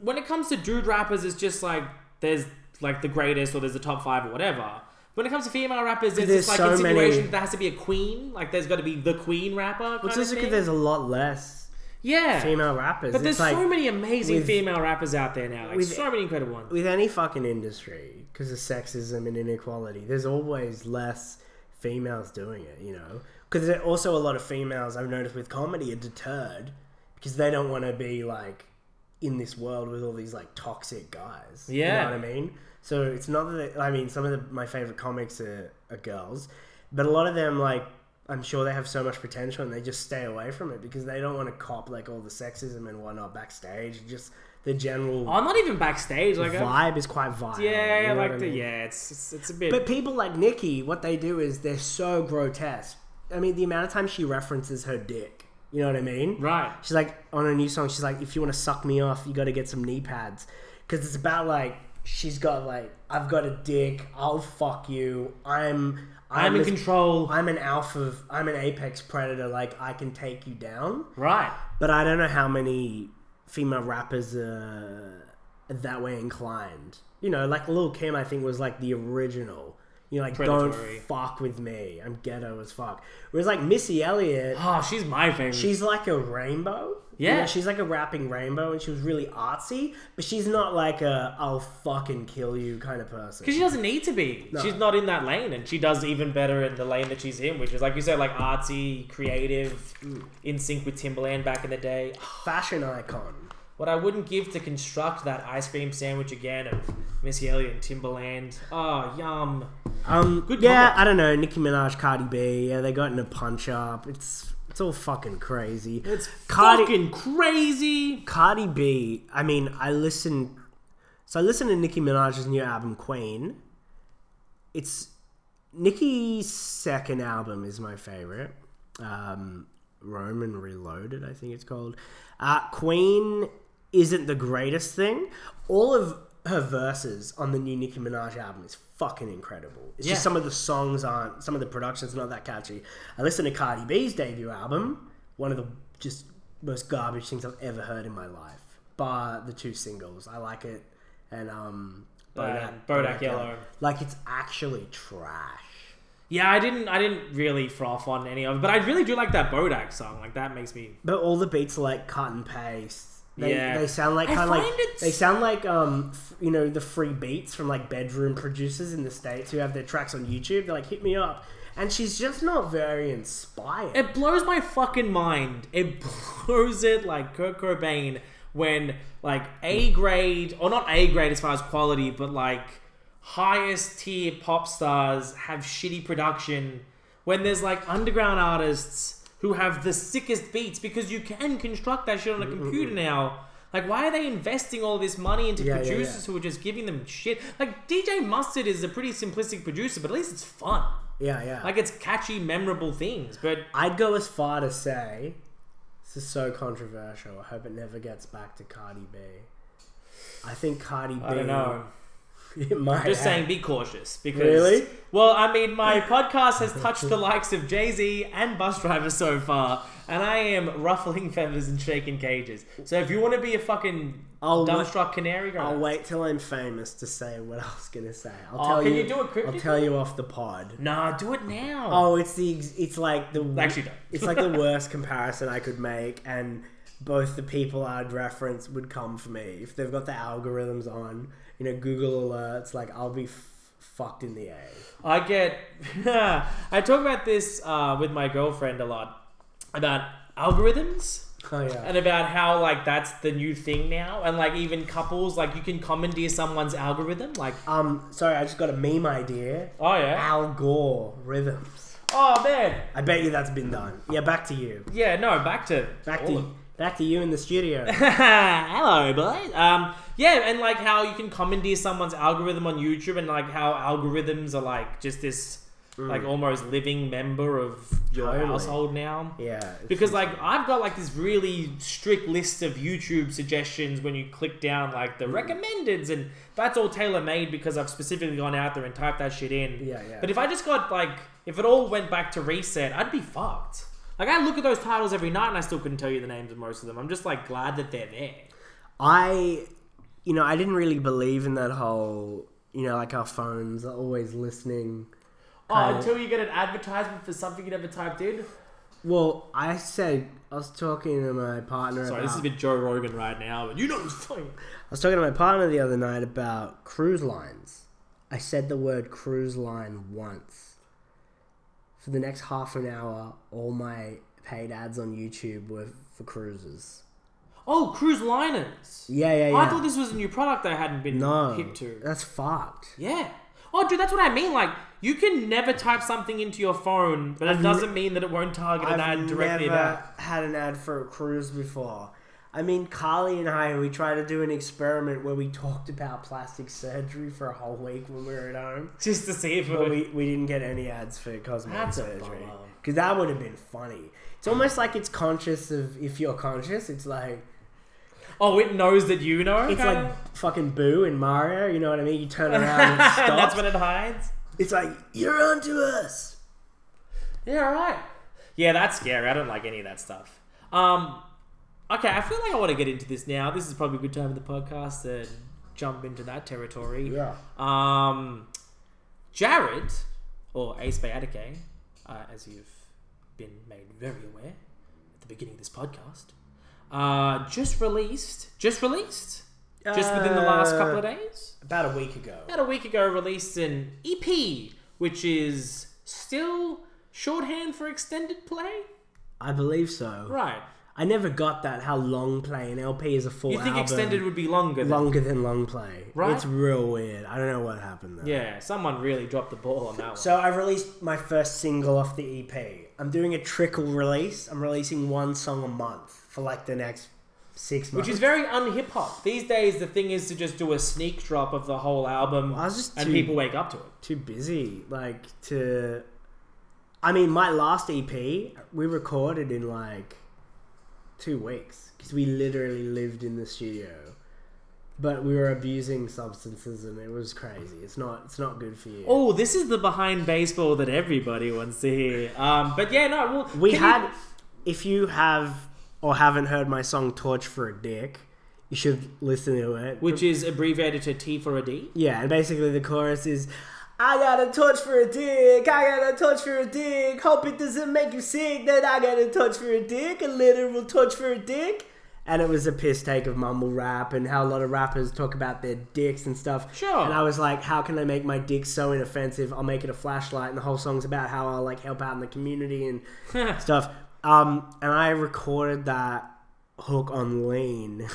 S1: when it comes to dude rappers, it's just like there's like the greatest or there's the top five or whatever. When it comes to female rappers, it's
S2: There's
S1: just like
S2: so many-
S1: insinuation that there has to be a queen. Like there's got to be the queen rapper.
S2: It's
S1: kind of
S2: just because
S1: thing.
S2: there's a lot less
S1: yeah
S2: female rappers.
S1: But there's
S2: it's like
S1: so many amazing
S2: with-
S1: female rappers out there now. Like
S2: with-
S1: so many incredible ones.
S2: with any fucking industry because of sexism and inequality. There's always less females doing it, you know. Because also a lot of females I've noticed with comedy are deterred because they don't want to be like in this world with all these like toxic guys.
S1: Yeah.
S2: you know what I mean. So it's not that I mean some of the, my favorite comics are, are girls, but a lot of them like. I'm sure they have so much potential and they just stay away from it because they don't want to cop like all the sexism and whatnot backstage, and just the general
S1: I'm Oh, not even backstage. Like I'm-
S2: vibe is quite violent.
S1: yeah,
S2: you know what
S1: like
S2: I
S1: the
S2: mean?
S1: yeah, it's it's, it's a bit.
S2: But people like Nikki, what they do is they're so grotesque. I mean, the amount of time she references her dick, you know what I mean?
S1: Right.
S2: She's like on a new song. She's like, if you want to suck me off, you got to get some knee pads, because it's about like she's got like I've got a dick. I'll fuck you. I'm.
S1: I'm in
S2: a-
S1: control.
S2: I'm an alpha. I'm an apex predator. Like I can take you down.
S1: right.
S2: But I don't know how many female rappers are that way inclined. You know, like Lil Kim, I think was like the original. You know, like
S1: Predatory.
S2: don't fuck with me, I'm ghetto as fuck. Whereas like Missy
S1: [GASPS]
S2: Elliott,
S1: Oh, she's my favorite.
S2: she's like a rainbow. You
S1: Yeah.
S2: know, she's like a rapping rainbow, and she was really artsy, but she's not like a "I'll fucking kill you" kind of person.
S1: because she doesn't need to be. She's not in that lane, and she does even better in the lane that she's in, which is like you said, like artsy, creative, in sync with Timberland back in the day. [SIGHS]
S2: Fashion icon.
S1: What I wouldn't give to construct that ice cream sandwich again of Missy Elliott and Timberland. Oh, yum.
S2: Um,
S1: Good
S2: yeah,
S1: comment.
S2: I don't know. Nicki Minaj, Cardi B, yeah, they got in a punch up. It's it's all fucking crazy.
S1: It's
S2: Cardi-
S1: fucking crazy.
S2: Cardi B, I mean, I listen. So I listened to Nicki Minaj's new album, Queen. It's Nicki's second album is my favorite. Um, Roman Reloaded, I think it's called. Uh, Queen isn't the greatest thing. All of her verses on the new Nicki Minaj album is fucking incredible. It's
S1: Yeah.
S2: just some of the songs aren't, some of the production's not that catchy. I listened to Cardi B's debut album, one of the just most garbage things I've ever heard in my life, bar the two singles. I like it and um,
S1: Uh, Bodak Yellow.
S2: Like it's actually trash.
S1: Yeah, I didn't. I didn't really froth on any of it, but I really do like that Bodak song. Like that makes me.
S2: But all the beats are like cut and paste. They,
S1: Yeah.
S2: they sound like
S1: I
S2: kind of like
S1: find it's-
S2: they sound like um f- you know the free beats from like bedroom producers in the states who have their tracks on YouTube. They're like hit me up, and she's just not very inspired.
S1: It blows my fucking mind. It [LAUGHS] blows it like Kurt Cobain when like A grade or not A grade as far as quality, but like highest tier pop stars have shitty production. When there's like underground artists who have the sickest beats because you can construct that shit on a computer now. Like, why are they investing all this money into
S2: Yeah, yeah, yeah.
S1: producers who are just giving them shit? Like, DJ Mustard is a pretty simplistic producer, but at least it's fun.
S2: yeah, yeah.
S1: Like, it's catchy, memorable things. But
S2: I'd go as far to say this is so controversial. I hope it never gets back to Cardi B. I think Cardi B.
S1: I don't know.
S2: It [LAUGHS] might
S1: Just
S2: have-
S1: saying, be cautious because.
S2: Really?
S1: Well, I mean, my podcast has touched the likes of Jay Z and Bus Driver so far, and I am ruffling feathers and shaking cages. So if you want to be a fucking
S2: I'll wa-
S1: dumbstruck canary, go
S2: I'll
S1: ahead.
S2: wait till I'm famous to say what I was gonna say. I'll
S1: Oh,
S2: tell
S1: can
S2: you.
S1: you do it cryptically?
S2: I'll tell you off the pod.
S1: Nah, do it now.
S2: Oh, it's the ex- it's like the
S1: Actually, don't. [LAUGHS]
S2: it's like the worst comparison I could make, and both the people I'd reference would come for me if they've got the algorithms on. You know, Google alerts. Like I'll be f- fucked in the a.
S1: I get. [LAUGHS] I talk about this uh, with my girlfriend a lot about algorithms.
S2: Oh yeah.
S1: and about how like that's the new thing now and like even couples like you can commandeer someone's algorithm like
S2: Um, sorry, I just got a meme idea.
S1: oh yeah
S2: Al Gore rhythms.
S1: oh man
S2: I bet you that's been done. Yeah, back to you.
S1: yeah no back to
S2: Back
S1: all
S2: to
S1: of- [LAUGHS]
S2: back to you in the studio.
S1: hello boys um yeah and like how you can commandeer someone's algorithm on youtube and like how algorithms are like just this like almost living member of your
S2: Mm. Totally.
S1: household now
S2: yeah, it's-
S1: because like I've got like this really strict list of YouTube suggestions when you click down like the recommendeds and that's all tailor made because I've specifically gone out there and typed that shit in.
S2: Yeah, yeah.
S1: But if I just got like if it all went back to reset, I'd be fucked. Like I look at those titles every night and I still couldn't tell you the names of most of them. I'm just like glad that they're there.
S2: I, you know, I didn't really believe in that whole you know, like our phones are always listening.
S1: Oh, until you get an advertisement for something you never typed in.
S2: Well, I said I was talking to my partner.
S1: Sorry,
S2: about,
S1: this is a bit Joe Rogan right now, but you know it's funny.
S2: I was talking to my partner the other night about cruise lines. I said the word cruise line once. For the next half an hour, all my paid ads on YouTube were for cruises.
S1: Oh, cruise liners.
S2: Yeah, yeah, yeah.
S1: I thought this was a new product I hadn't been
S2: no,
S1: hip to.
S2: that's fucked.
S1: Yeah. Oh, dude, that's what I mean. Like, you can never type something into your phone, but it doesn't mean that it won't target an
S2: I've
S1: ad directly
S2: never
S1: back.
S2: had an ad for a cruise before. I mean, Carly and I, we tried to do an experiment where we talked about plastic surgery for a whole week when we were at home.
S1: Just to see if it
S2: But
S1: would.
S2: we, we didn't get any ads for cosmetic
S1: That's a
S2: surgery.
S1: bummer.
S2: Because that would have been funny. It's almost like it's conscious of if you're conscious, it's like
S1: Oh, it knows that you know.
S2: it's
S1: kinda?
S2: like fucking Boo in Mario. You know what I mean?
S1: [LAUGHS]
S2: You turn around and
S1: and
S2: it
S1: that's
S2: stops.
S1: when it hides.
S2: it's like you're onto us.
S1: Yeah, right. Yeah, that's scary. I don't like any of that stuff. Um, okay, I feel like I want to get into this now. This is probably a good time in the podcast to jump into that territory.
S2: Yeah.
S1: Um, Jared, or Ace Bayatike, uh, as you've been made very aware at the beginning of this podcast, uh, just released, just released, just within the last couple
S2: Uh,
S1: of days,
S2: About a week ago.
S1: about a week ago, released an EP, which is still shorthand for extended play.
S2: I believe so.
S1: Right.
S2: I never got that how long play an LP is a full
S1: You think
S2: album.
S1: extended would be longer? Than-
S2: longer than long play.
S1: Right.
S2: It's real weird. I don't know what happened there.
S1: yeah, someone really dropped the ball on that one.
S2: So I've released my first single off the EP. I'm doing a trickle release. I'm releasing one song a month for like the next six months.
S1: Which is very unhip hop. These days, the thing is to just do a sneak drop of the whole album,
S2: I was just
S1: and
S2: too-
S1: people wake up to it.
S2: too busy. Like to, I mean, my last EP we recorded in like two weeks because we literally lived in the studio, but we were abusing substances and it was crazy. It's not. It's not good for you.
S1: Oh, this is the behind baseball that everybody wants to hear. Um, but yeah, no, well,
S2: We
S1: can you-
S2: had. If you have or haven't heard my song "Torch for a Dick," you should listen to it.
S1: which is abbreviated to T for a D.
S2: Yeah, and basically the chorus is, "I got a torch for a dick. I got a torch for a dick. Hope it doesn't make you sick. That I got a torch for a dick. A literal torch for a dick." And it was a piss take of mumble rap and how a lot of rappers talk about their dicks and stuff.
S1: Sure.
S2: And I was like, how can I make my dick so inoffensive? I'll make it a flashlight, and the whole song's about how I'll like help out in the community
S1: [LAUGHS]
S2: and stuff. Um, and I recorded that hook on lean.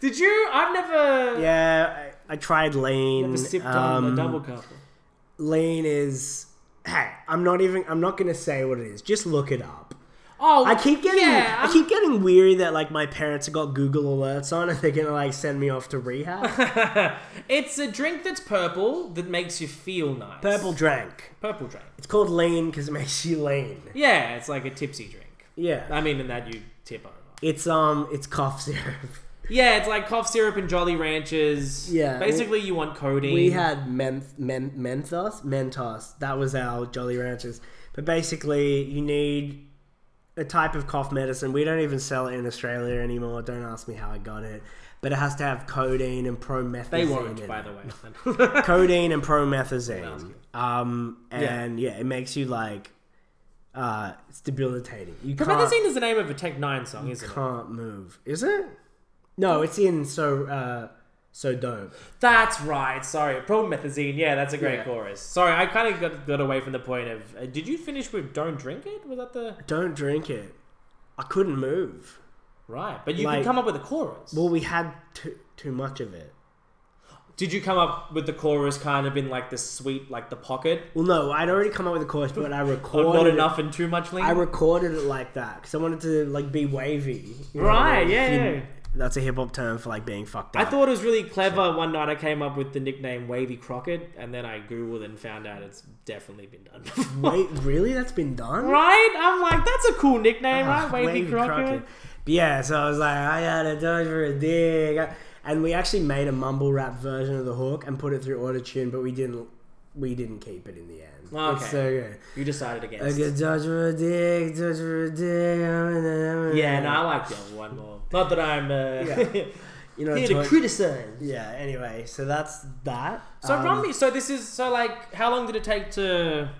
S1: Did you? I've never,
S2: [LAUGHS] yeah, I, I tried lean.
S1: never sipped on
S2: um,
S1: a double cup.
S2: lean is hey i'm not even i'm not gonna say what it is just look it up
S1: Oh,
S2: i keep getting
S1: Yeah, um,
S2: i
S1: I'm-
S2: keep getting weary that like my parents have got google alerts on and they're gonna like send me off
S1: [LAUGHS]
S2: to rehab
S1: it's a drink that's purple that makes you feel nice.
S2: purple drank
S1: purple drink.
S2: it's called lean because it makes you lean
S1: Yeah, it's like a tipsy drink. I
S2: yeah
S1: mean, in that you tip over.
S2: it's um it's cough syrup
S1: Yeah, it's like cough syrup and Jolly Ranchers.
S2: Yeah,
S1: basically you want codeine.
S2: we had menth- men- menthos mentos that was our jolly ranchers but basically you need a type of cough medicine we don't even sell it in australia anymore don't ask me how i got it but it has to have codeine and promethazine
S1: they weren't,
S2: in
S1: by
S2: it.
S1: the way.
S2: codeine and promethazine um and yeah. it makes you like uh it's debilitating you can't,
S1: Promethazine is the name of a Tech Nine song, isn't it?
S2: can't move is it no it's in so uh so dope
S1: That's right. Sorry, promethazine. Yeah, that's a great
S2: Yeah.
S1: chorus. Sorry, I kind of got, got away from the point of. Uh, did you finish with "Don't drink it"? Was that the
S2: don't drink it i couldn't move
S1: right? But you
S2: Like-
S1: can come up with a chorus.
S2: Well, we had too too much of it.
S1: did you come up with the chorus kind of in like the sweet, like the pocket?
S2: Well, no, I'd already come up with a chorus, but I [LAUGHS]
S1: Or
S2: recorded
S1: not
S2: it-
S1: enough and too much lean.
S2: I recorded it like that because I wanted to like be wavy. you know what I
S1: right.
S2: mean?
S1: Yeah.
S2: You-
S1: yeah.
S2: that's a hip hop term for like being fucked
S1: I
S2: up.
S1: thought it was really clever. One night I came up with the nickname Wavy Crockett, and then I googled and found out it's definitely been done. [LAUGHS] before.
S2: Wait, really? That's been done.
S1: right? I'm like, that's a cool nickname,
S2: Ah,
S1: right? Wavy, Crockett.
S2: But yeah, so I was like, I got a dodge for a dig, and we actually made a mumble rap version of the hook and put it through auto tune, but we didn't. We didn't keep it in the end.
S1: Okay.
S2: It's so good.
S1: You decided
S2: I
S1: against.
S2: got a dodge for a dig, dodge for a dig. I'm in the- I'm in
S1: [LAUGHS]
S2: the-
S1: Yeah, no, I like the other one more. Not that I'm. Uh...
S2: Yeah. You know,
S6: Here
S2: what
S6: to
S2: I'm talking-
S6: criticize.
S2: yeah. Anyway, so that's that.
S1: So
S2: Um,
S1: from me, so this is so like how long did it take to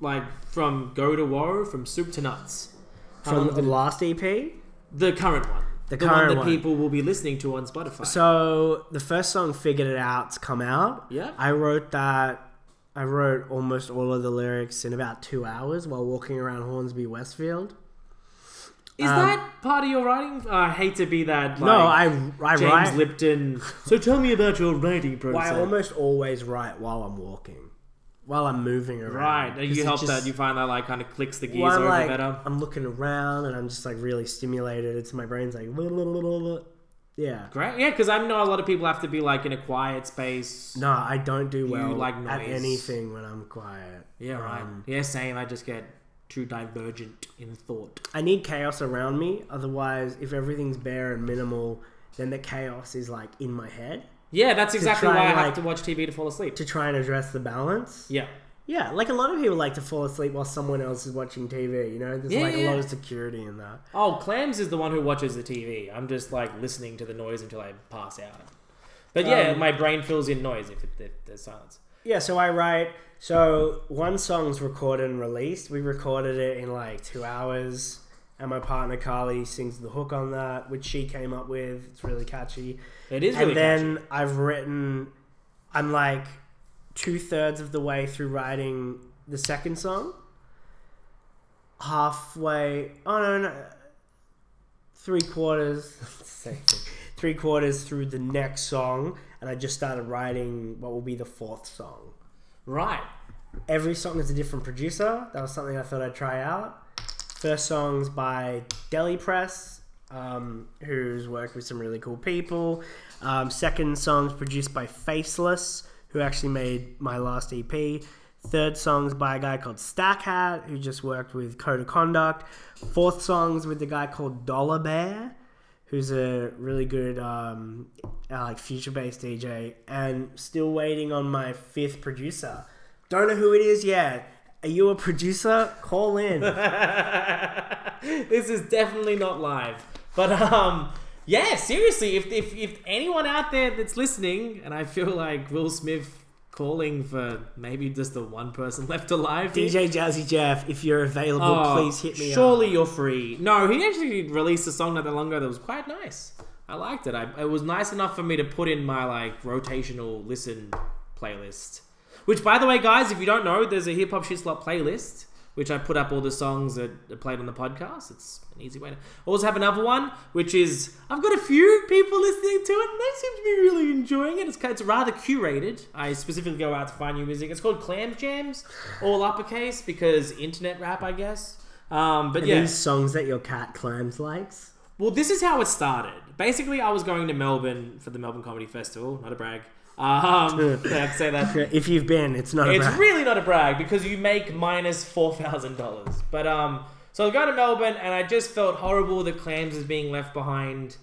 S1: like from go to woe from soup to nuts? How
S2: from
S1: long
S2: the
S1: did it-
S2: last E EP.
S1: the current one,
S2: The
S1: one
S2: current
S1: that
S2: one.
S1: people will be listening to on Spotify.
S2: So the first song, "Figured It Out," to come out.
S1: Yeah.
S2: I wrote that. I wrote almost all of the lyrics in about two hours while walking around Hornsby Westfield.
S1: is that part of your writing? I hate to be that. Like,
S2: um, no, I I
S1: James
S2: write. [LAUGHS]
S1: Lipton. So tell me about your writing
S2: well, I
S1: process.
S2: almost always write while I'm walking, while I'm moving around.
S1: right,
S2: 'Cause
S1: you
S2: it
S1: help
S2: just-
S1: that. You find that like kind of clicks the gears
S2: Well, I'm
S1: over
S2: like,
S1: better.
S2: I'm looking around and I'm just like really stimulated. It's my brain's like, [LAUGHS] yeah.
S1: Great, yeah, because I know a lot of people have to be like in a quiet space.
S2: No, I don't do well
S1: like
S2: at
S1: noise.
S2: anything when I'm quiet.
S1: Yeah, right.
S2: Um,
S1: yeah, same. I just get too divergent in thought.
S2: I need chaos around me. Otherwise, if everything's bare and minimal, then the chaos is like in my head.
S1: Yeah, that's exactly
S2: try
S1: why I
S2: and,
S1: have
S2: like-
S1: to watch TV to fall asleep.
S2: To try and address the balance.
S1: yeah.
S2: Yeah, like a lot of people like to fall asleep while someone else is watching TV. You know, there's
S1: Yeah,
S2: like
S1: yeah.
S2: a lot of security in that.
S1: Oh, Clams is the one who watches the TV. I'm just like listening to the noise until I pass out. But yeah,
S2: Um,
S1: my brain fills in noise if, it, if there's silence.
S2: Yeah, so I write. So one song's recorded and released. We recorded it in like two hours, and my partner Carly sings the hook on that, which she came up with. It's really catchy.
S1: It is really
S2: and then I've written. I'm like two thirds of the way through writing the second song. Halfway. Oh no no. Three
S1: [LAUGHS]
S2: quarters. same thing. Three quarters through the next song, and I just started writing what will be the fourth song.
S1: Right.
S2: Every song is a different producer. That was something I thought I'd try out. First song's by Deli Press, um, who's worked with some really cool people. Um, second song's produced by Faceless, who actually made my last EP. Third song's by a guy called Stackhat, who just worked with Code of Conduct. Fourth song's with a guy called Dollar Bear, who's a really good um, uh, like future based DJ, and still waiting on my fifth producer. Don't know who it is yet. Are you a producer?
S1: [LAUGHS]
S2: Call in.
S1: this is definitely not live. But um yeah, seriously, if if if anyone out there that's listening and I feel like Will Smith calling for maybe just the one person left alive here.
S2: DJ Jazzy Jeff, if you're available,
S1: Oh,
S2: please hit me
S1: Surely
S2: up.
S1: you're free. No, he actually released a song not that long ago that was quite nice. I liked it. I, it was nice enough for me to put in my like rotational listen playlist. Which, by the way, guys, if you don't know, there's a hip hop shit slot playlist which I put up all the songs that are played on the podcast. It's an easy way to. I also have another one which is I've got a few people listening to it. and They seem to be really enjoying it. It's it's rather curated. I specifically go out to find new music. It's called Clam Jams, all uppercase because internet rap, I guess. Um, but yeah,
S2: These songs that your cat clams likes.
S1: well, this is how it started. Basically, I was going to Melbourne for the Melbourne Comedy Festival. Not a brag. [LAUGHS] Um, I have to say that.
S2: If you've been, it's not
S1: It's
S2: a [LAUGHS] rap.
S1: really not a brag because you make minus four thousand dollars. But um, so I was going to Melbourne and I just felt horrible that Clams is being left behind,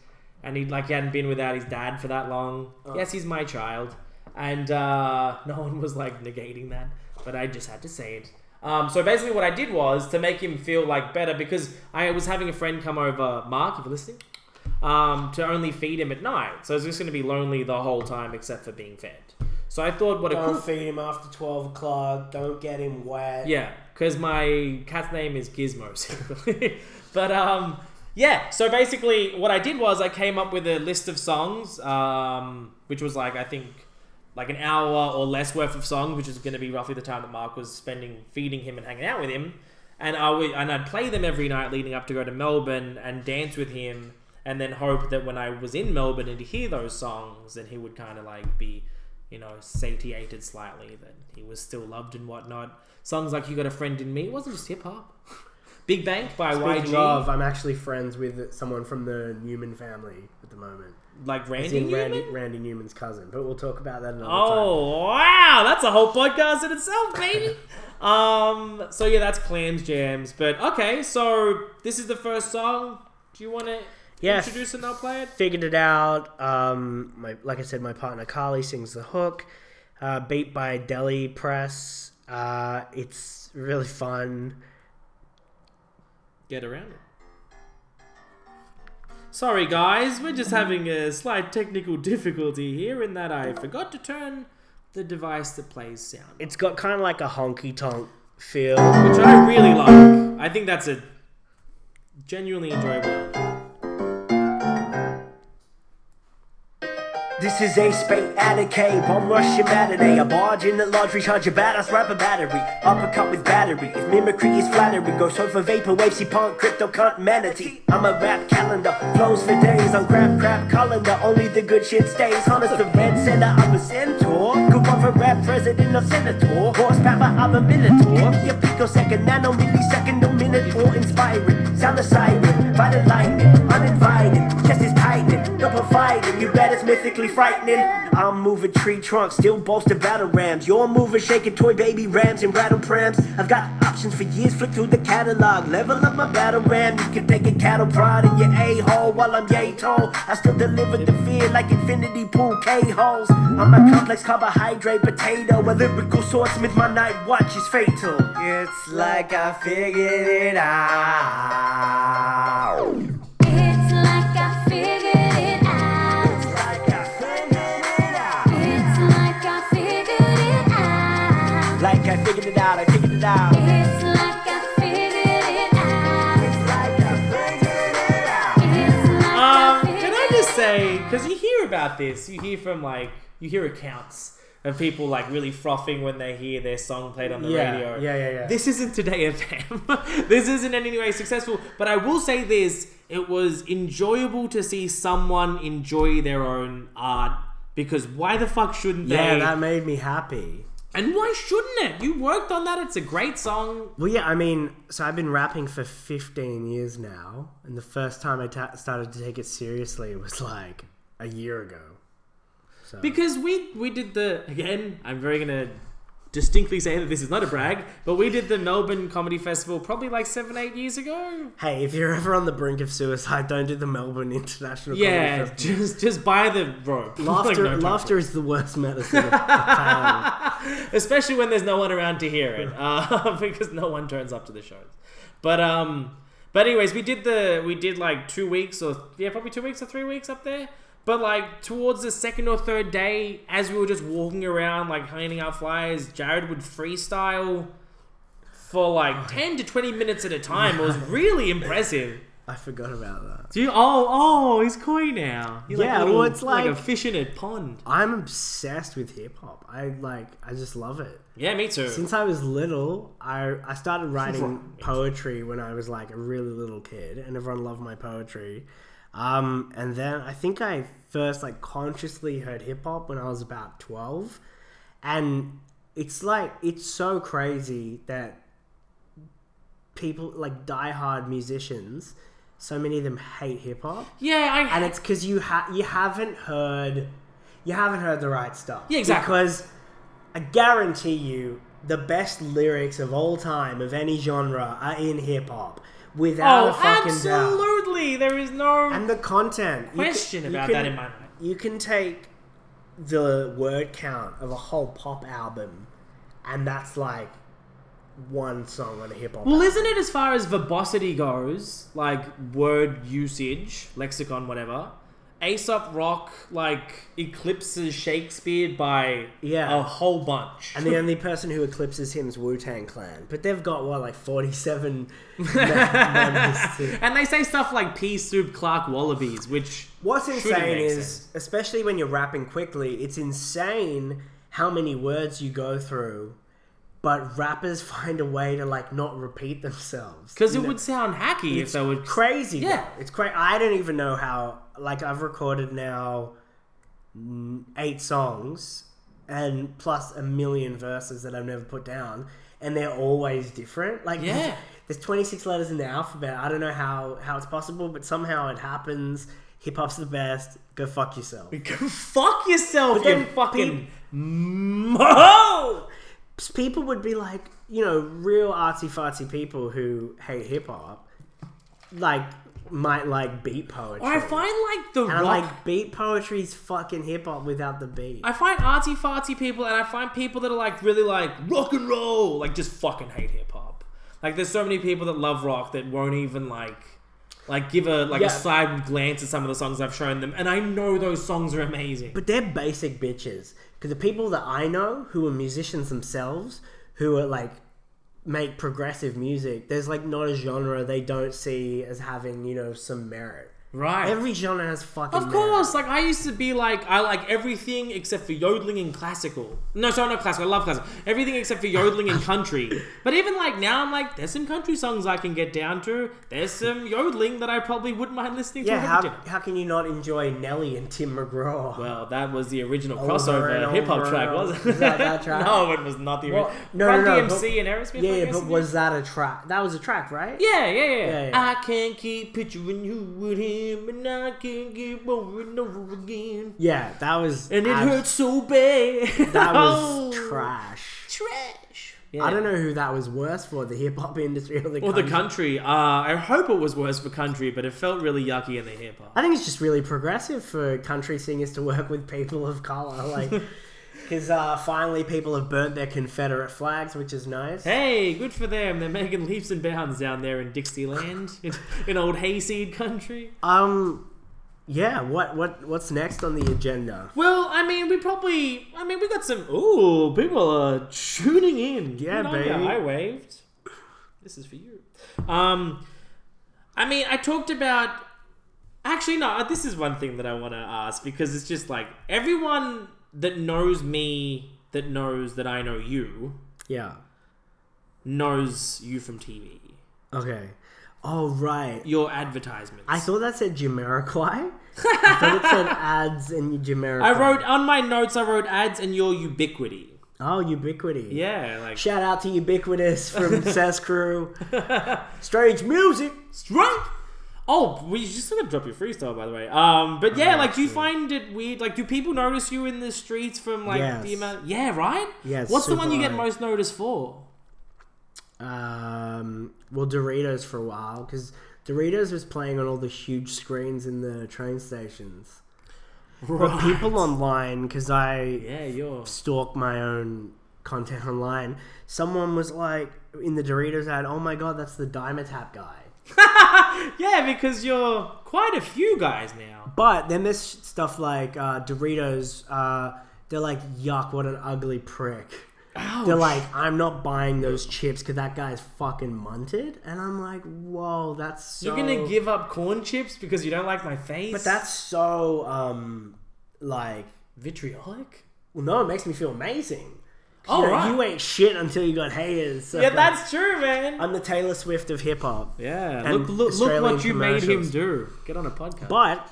S1: and he like he hadn't been without his dad for that long.
S2: Oh.
S1: Yes, he's my child, and uh, [LAUGHS] no one was like negating that, but I just had to say it. Um, so basically, what I did was to make him feel like better because I was having a friend come over, Mark, if you're listening, um, to only feed him at night. So it's just going to be lonely the whole time except for being fed. So I thought, what a cool
S2: Don't feed him after 12 o'clock. Don't get him wet.
S1: yeah, because my cat's name is Gizmo. secretly. [LAUGHS] but um, yeah. So basically, what I did was I came up with a list of songs, um, which was like I think like an hour or less worth of songs, which is going to be roughly the time that Mark was spending feeding him and hanging out with him. And I would and I'd play them every night leading up to go to Melbourne and dance with him, and then hope that when I was in Melbourne and to hear those songs, then he would kind of like be you know, satiated slightly that he was still loved and whatnot. Songs like You Got a Friend in Me, it wasn't just hip hop. Big Bang by
S2: Speaking
S1: YG,
S2: of, I'm actually friends with someone from the Newman family at the moment.
S1: like
S2: As
S1: Randy
S2: in
S1: Newman.
S2: Randy, Randy Newman's cousin, but we'll talk about that another time.
S1: Oh wow, that's a whole podcast in itself,
S2: [LAUGHS]
S1: baby. um, so yeah, that's Clams Jams. But okay, so this is the first song. Do you want to
S2: Yes.
S1: introduce it and I'll play it?
S2: Figured it out. Um, my, like I said, my partner Carly sings the hook, uh, beat by Deli Press. Uh, it's really fun.
S1: Get around it. Sorry, guys, we're just having a slight technical difficulty here in that I forgot to turn the device that plays sound,
S2: It's got kind of like a honky tonk feel.
S1: which I really like. I think that's a genuinely enjoyable. album.
S2: This is a spate at a cave. I'm rushing matinee. A barge in the lodge, recharge your badass rapper battery. Uppercut with battery. If mimicry is flattery, go so for vapor waves. See punk, crypto, cunt, manatee. I'm a rap calendar. Flows for days. I'm grab, crap, colander. Only the good shit stays. Honest, the red center. I'm a centaur. Could run for rap president or senator. Horsepower, I'm a minotaur. Your picosecond, nano, millisecond, no minute or inspiring. Sound the siren. Violent lightning. Uninvited. Chest is tightening. The providing. You bet it's mythically frightening. I'm moving tree trunks, still bolster battle rams. You're moving shaking toy baby rams and rattle prams. I've got options for years, flick through the catalog. Level up my battle ram, you can take a cattle prod in your a-hole while I'm yay tall. I still deliver the fear like infinity pool K-holes. I'm a complex carbohydrate potato, a lyrical swordsmith, my night watch is fatal. It's like I figured it out.
S6: It's like I figured it out.
S2: Like I figured it out.
S6: It's like I figured it out.
S2: Like I figured it out, I figured it out.
S6: It's like I figured it out.
S2: It's like I figured it out.
S6: It's like I
S1: Um, can I just say, because you hear about this, you hear from like, you hear accounts of people like really frothing when they hear their song played on the
S2: Yeah,
S1: radio.
S2: yeah, yeah, yeah.
S1: This isn't today [LAUGHS] FM. this isn't in any way successful, but I will say this it was enjoyable to see someone enjoy their own art. Because why the fuck shouldn't
S2: Yeah,
S1: they?
S2: that made me happy.
S1: and why shouldn't it? You worked on that. It's a great song.
S2: Well, yeah, I mean, so I've been rapping for 15 years now, and the first time I ta- started to take it seriously was like a year ago. So.
S1: Because we we did the again, I'm very gonna distinctly say that this is not a brag, but we did the Melbourne Comedy Festival probably like seven, eight years ago.
S2: hey, if you're ever on the brink of suicide, don't do the Melbourne International Comedy
S1: Yeah,
S2: [LAUGHS] Festival.
S1: just just buy the rope. [LAUGHS] Like,
S2: Laughter,
S1: no time
S2: laughter is the worst medicine [LAUGHS] of the town.
S1: for it. especially when there's no one around to hear it, uh, [LAUGHS] because no one turns up to the shows. But um, but anyways, we did the we did like two weeks or yeah, probably two weeks or three weeks up there. But like towards the second or third day, as we were just walking around like handing out flyers, Jared would freestyle for like ten to twenty minutes at a time. It was really impressive.
S2: I forgot about that.
S1: Do you, oh oh, he's coy now. He's
S2: Yeah,
S1: little-
S2: well, it's
S1: like a
S2: like-
S1: fish in a pond.
S2: I'm obsessed with hip hop. I like, I just love it.
S1: Yeah, me too.
S2: Since I was little, I I started writing poetry when I was like a really little kid, and everyone loved my poetry. Um, and then I think I first like consciously heard hip hop when I was about twelve, and it's like it's so crazy that people like diehard musicians, so many of them hate hip hop,
S1: yeah, I
S2: and it's because you ha- you haven't heard you haven't heard the right stuff.
S1: Yeah, exactly.
S2: Because I guarantee you, the best lyrics of all time of any genre are in hip hop, without a
S1: Oh,
S2: fucking doubt.
S1: absolutely! There is no
S2: And the content you ca-
S1: question
S2: you
S1: about
S2: can-
S1: that in my mind.
S2: You can take the word count of a whole pop album, and that's like one song on a hip hop.
S1: Well,
S2: album.
S1: isn't it as far as verbosity goes, like word usage, lexicon, whatever? Aesop Rock like eclipses Shakespeare by
S2: Yeah.
S1: a whole bunch. [LAUGHS]
S2: And the only person who eclipses him is Wu Tang Clan. But they've got, what, like
S1: [LAUGHS]
S2: 47 me- members too.
S1: and they say stuff like pea soup Clark wallabies, which
S2: What's
S1: shouldn't
S2: insane
S1: make
S2: is,
S1: sense.
S2: especially when you're rapping quickly, it's insane how many words you go through, but rappers [LAUGHS] find a way to, like, not repeat themselves.
S1: because
S2: You
S1: it
S2: know?
S1: would sound hacky if they would.
S2: crazy.
S1: Yeah.
S2: though. it's crazy. I don't even know how. Like I've recorded now mm, eight songs and plus a million verses that I've never put down, and they're always different. Like
S1: Yeah.
S2: there's, there's 26 letters in the alphabet. I don't know how how it's possible, but somehow it happens. Hip hop's the best. Go fuck yourself.
S1: fuck yourself,
S2: then
S1: you fucking mo.
S2: People would be like, you know, real artsy fartsy people who hate hip hop, like might like beat poetry.
S1: I find like the
S2: And I'm
S1: rock
S2: like, beat poetry's fucking hip hop without the beat.
S1: I find artsy fartsy people and I find people that are like really like rock and roll, like just fucking hate hip hop. Like there's so many people that love rock that won't even like Like give a like
S2: Yeah.
S1: a side glance at some of the songs I've shown them, and I know those songs are amazing.
S2: But they're basic bitches. Because the people that I know who are musicians themselves, who are like make progressive music, there's like not a genre they don't see as having, you know, some merit.
S1: right.
S2: Every genre has fucking
S1: Of course, like I used to be like I like everything except for yodeling and classical. No, sorry, not classical. I love classical. Everything except for yodeling and
S2: [LAUGHS]
S1: country. But even like now, I'm like, there's some country songs I can get down to. There's some yodeling that I probably wouldn't mind listening
S2: Yeah,
S1: to.
S2: how, how can you not enjoy Nelly and Tim McGraw?
S1: Well, that was the original
S2: Over and
S1: crossover hip hop
S2: over
S1: track,
S2: and
S1: wasn't
S2: over.
S1: it?
S2: Is
S1: [LAUGHS]
S2: that that track?
S1: no, it was not the
S2: Well,
S1: original.
S2: no,
S1: Run
S2: no, no,
S1: DMC and Aerosmith.
S2: yeah,
S1: I
S2: yeah,
S1: guess,
S2: but
S1: it
S2: was that a track? That was a track, right?
S1: Yeah, yeah, yeah.
S2: Yeah, yeah.
S1: I can't keep picturing you with him, and I can't get over and over again.
S2: Yeah, that was.
S1: And it
S2: abs-
S1: hurts so bad.
S2: [LAUGHS]
S1: [LAUGHS]
S2: That
S1: Oh.
S2: was trash.
S1: trash.
S2: I don't know who that was worse for, the hip hop industry or the
S1: Or the
S2: country.
S1: country. Uh, I hope it was worse for country, but it felt really yucky in the hip hop.
S2: I think it's just really progressive for country singers to work with people of color,
S1: [LAUGHS]
S2: like because uh, finally people have burnt their Confederate flags, which is nice.
S1: Hey, good for them. They're making leaps and bounds down there in Dixieland, [LAUGHS] in, in old hayseed country.
S2: Um, yeah. What what what's next on the agenda?
S1: Well, I mean, we probably. I mean, we got some. Ooh, people are tuning in.
S2: Yeah,
S1: Good on ya.
S2: baby.
S1: I waved. This is for you. Um, I mean, I talked about. Actually, no. This is one thing that I want to ask because it's just like everyone that knows me that knows that I know you
S2: Yeah.
S1: knows you from TV.
S2: Okay. Oh right.
S1: Your advertisements.
S2: I thought that said Jamiroquai. I thought
S1: [LAUGHS]
S2: it said ads and Jamiroquai.
S1: I wrote on my notes. I wrote ads and your ubiquity.
S2: Oh, ubiquity.
S1: Yeah, like
S2: Shout out to
S1: [LAUGHS]
S2: Ubiquitous from Sess Crew. Strange music.
S1: Right. Oh, we you still gotta drop your freestyle, by the way. Um,
S2: Oh,
S1: but yeah, like, do you find it weird? Like, do people notice you in the streets from like the
S2: Yes.
S1: amount? Yeah, right.
S2: Yeah, it's
S1: What's the
S2: super
S1: one you get
S2: odd.
S1: most noticed for?
S2: um, well, Doritos for a while because Doritos was playing on all the huge screens in the train stations. But people online, because I
S1: [LAUGHS] Yeah, you're.
S2: stalk my own content online, someone was like in the Doritos ad, "Oh my god, that's the Dimetap guy."
S1: Yeah, because you're quite a few guys now.
S2: But then there's stuff like uh, Doritos. Uh, they're like, "Yuck, what an ugly prick." They're like, "I'm not buying those chips because that guy's fucking munted," and I'm like, "Whoa, that's so."
S1: You're gonna give up corn chips because you don't like my face.
S2: But that's so um like
S1: vitriolic.
S2: well, no, it makes me feel amazing.
S1: Oh,
S2: you, know,
S1: right.
S2: you ain't shit until you got haters. So
S1: yeah, that's true, man.
S2: I'm the Taylor Swift of hip hop.
S1: yeah,
S2: and
S1: look, look, look
S2: Australian
S1: what you made him
S2: commercials.
S1: do. Get on a podcast.
S2: But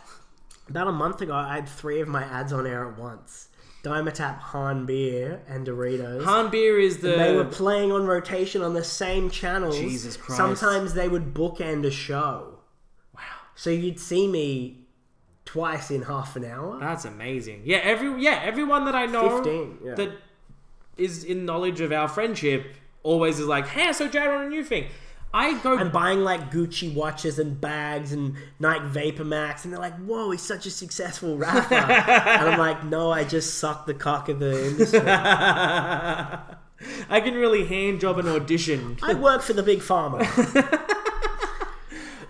S2: about a month ago, I had three of my ads on air at once: Dimetap, Han beer, and Doritos.
S1: Han beer is the.
S2: they were playing on rotation on the same channels.
S1: Jesus Christ.
S2: Sometimes they would bookend a show. Wow. So you'd see me twice in half an hour.
S1: That's amazing. Yeah, every yeah, everyone that I know
S2: 15, yeah.
S1: that is in knowledge of our friendship always is like, "Hey, so Jared on a new thing." I go
S2: and buying like Gucci watches and bags and Nike Vapor Max, and they're like, "Whoa, he's such a
S1: [LAUGHS]
S2: successful rapper," and I'm like, "No, I just suck the cock of the industry.
S1: [LAUGHS] I can really hand job an audition.
S2: I work for the
S1: [LAUGHS]
S2: big farmer,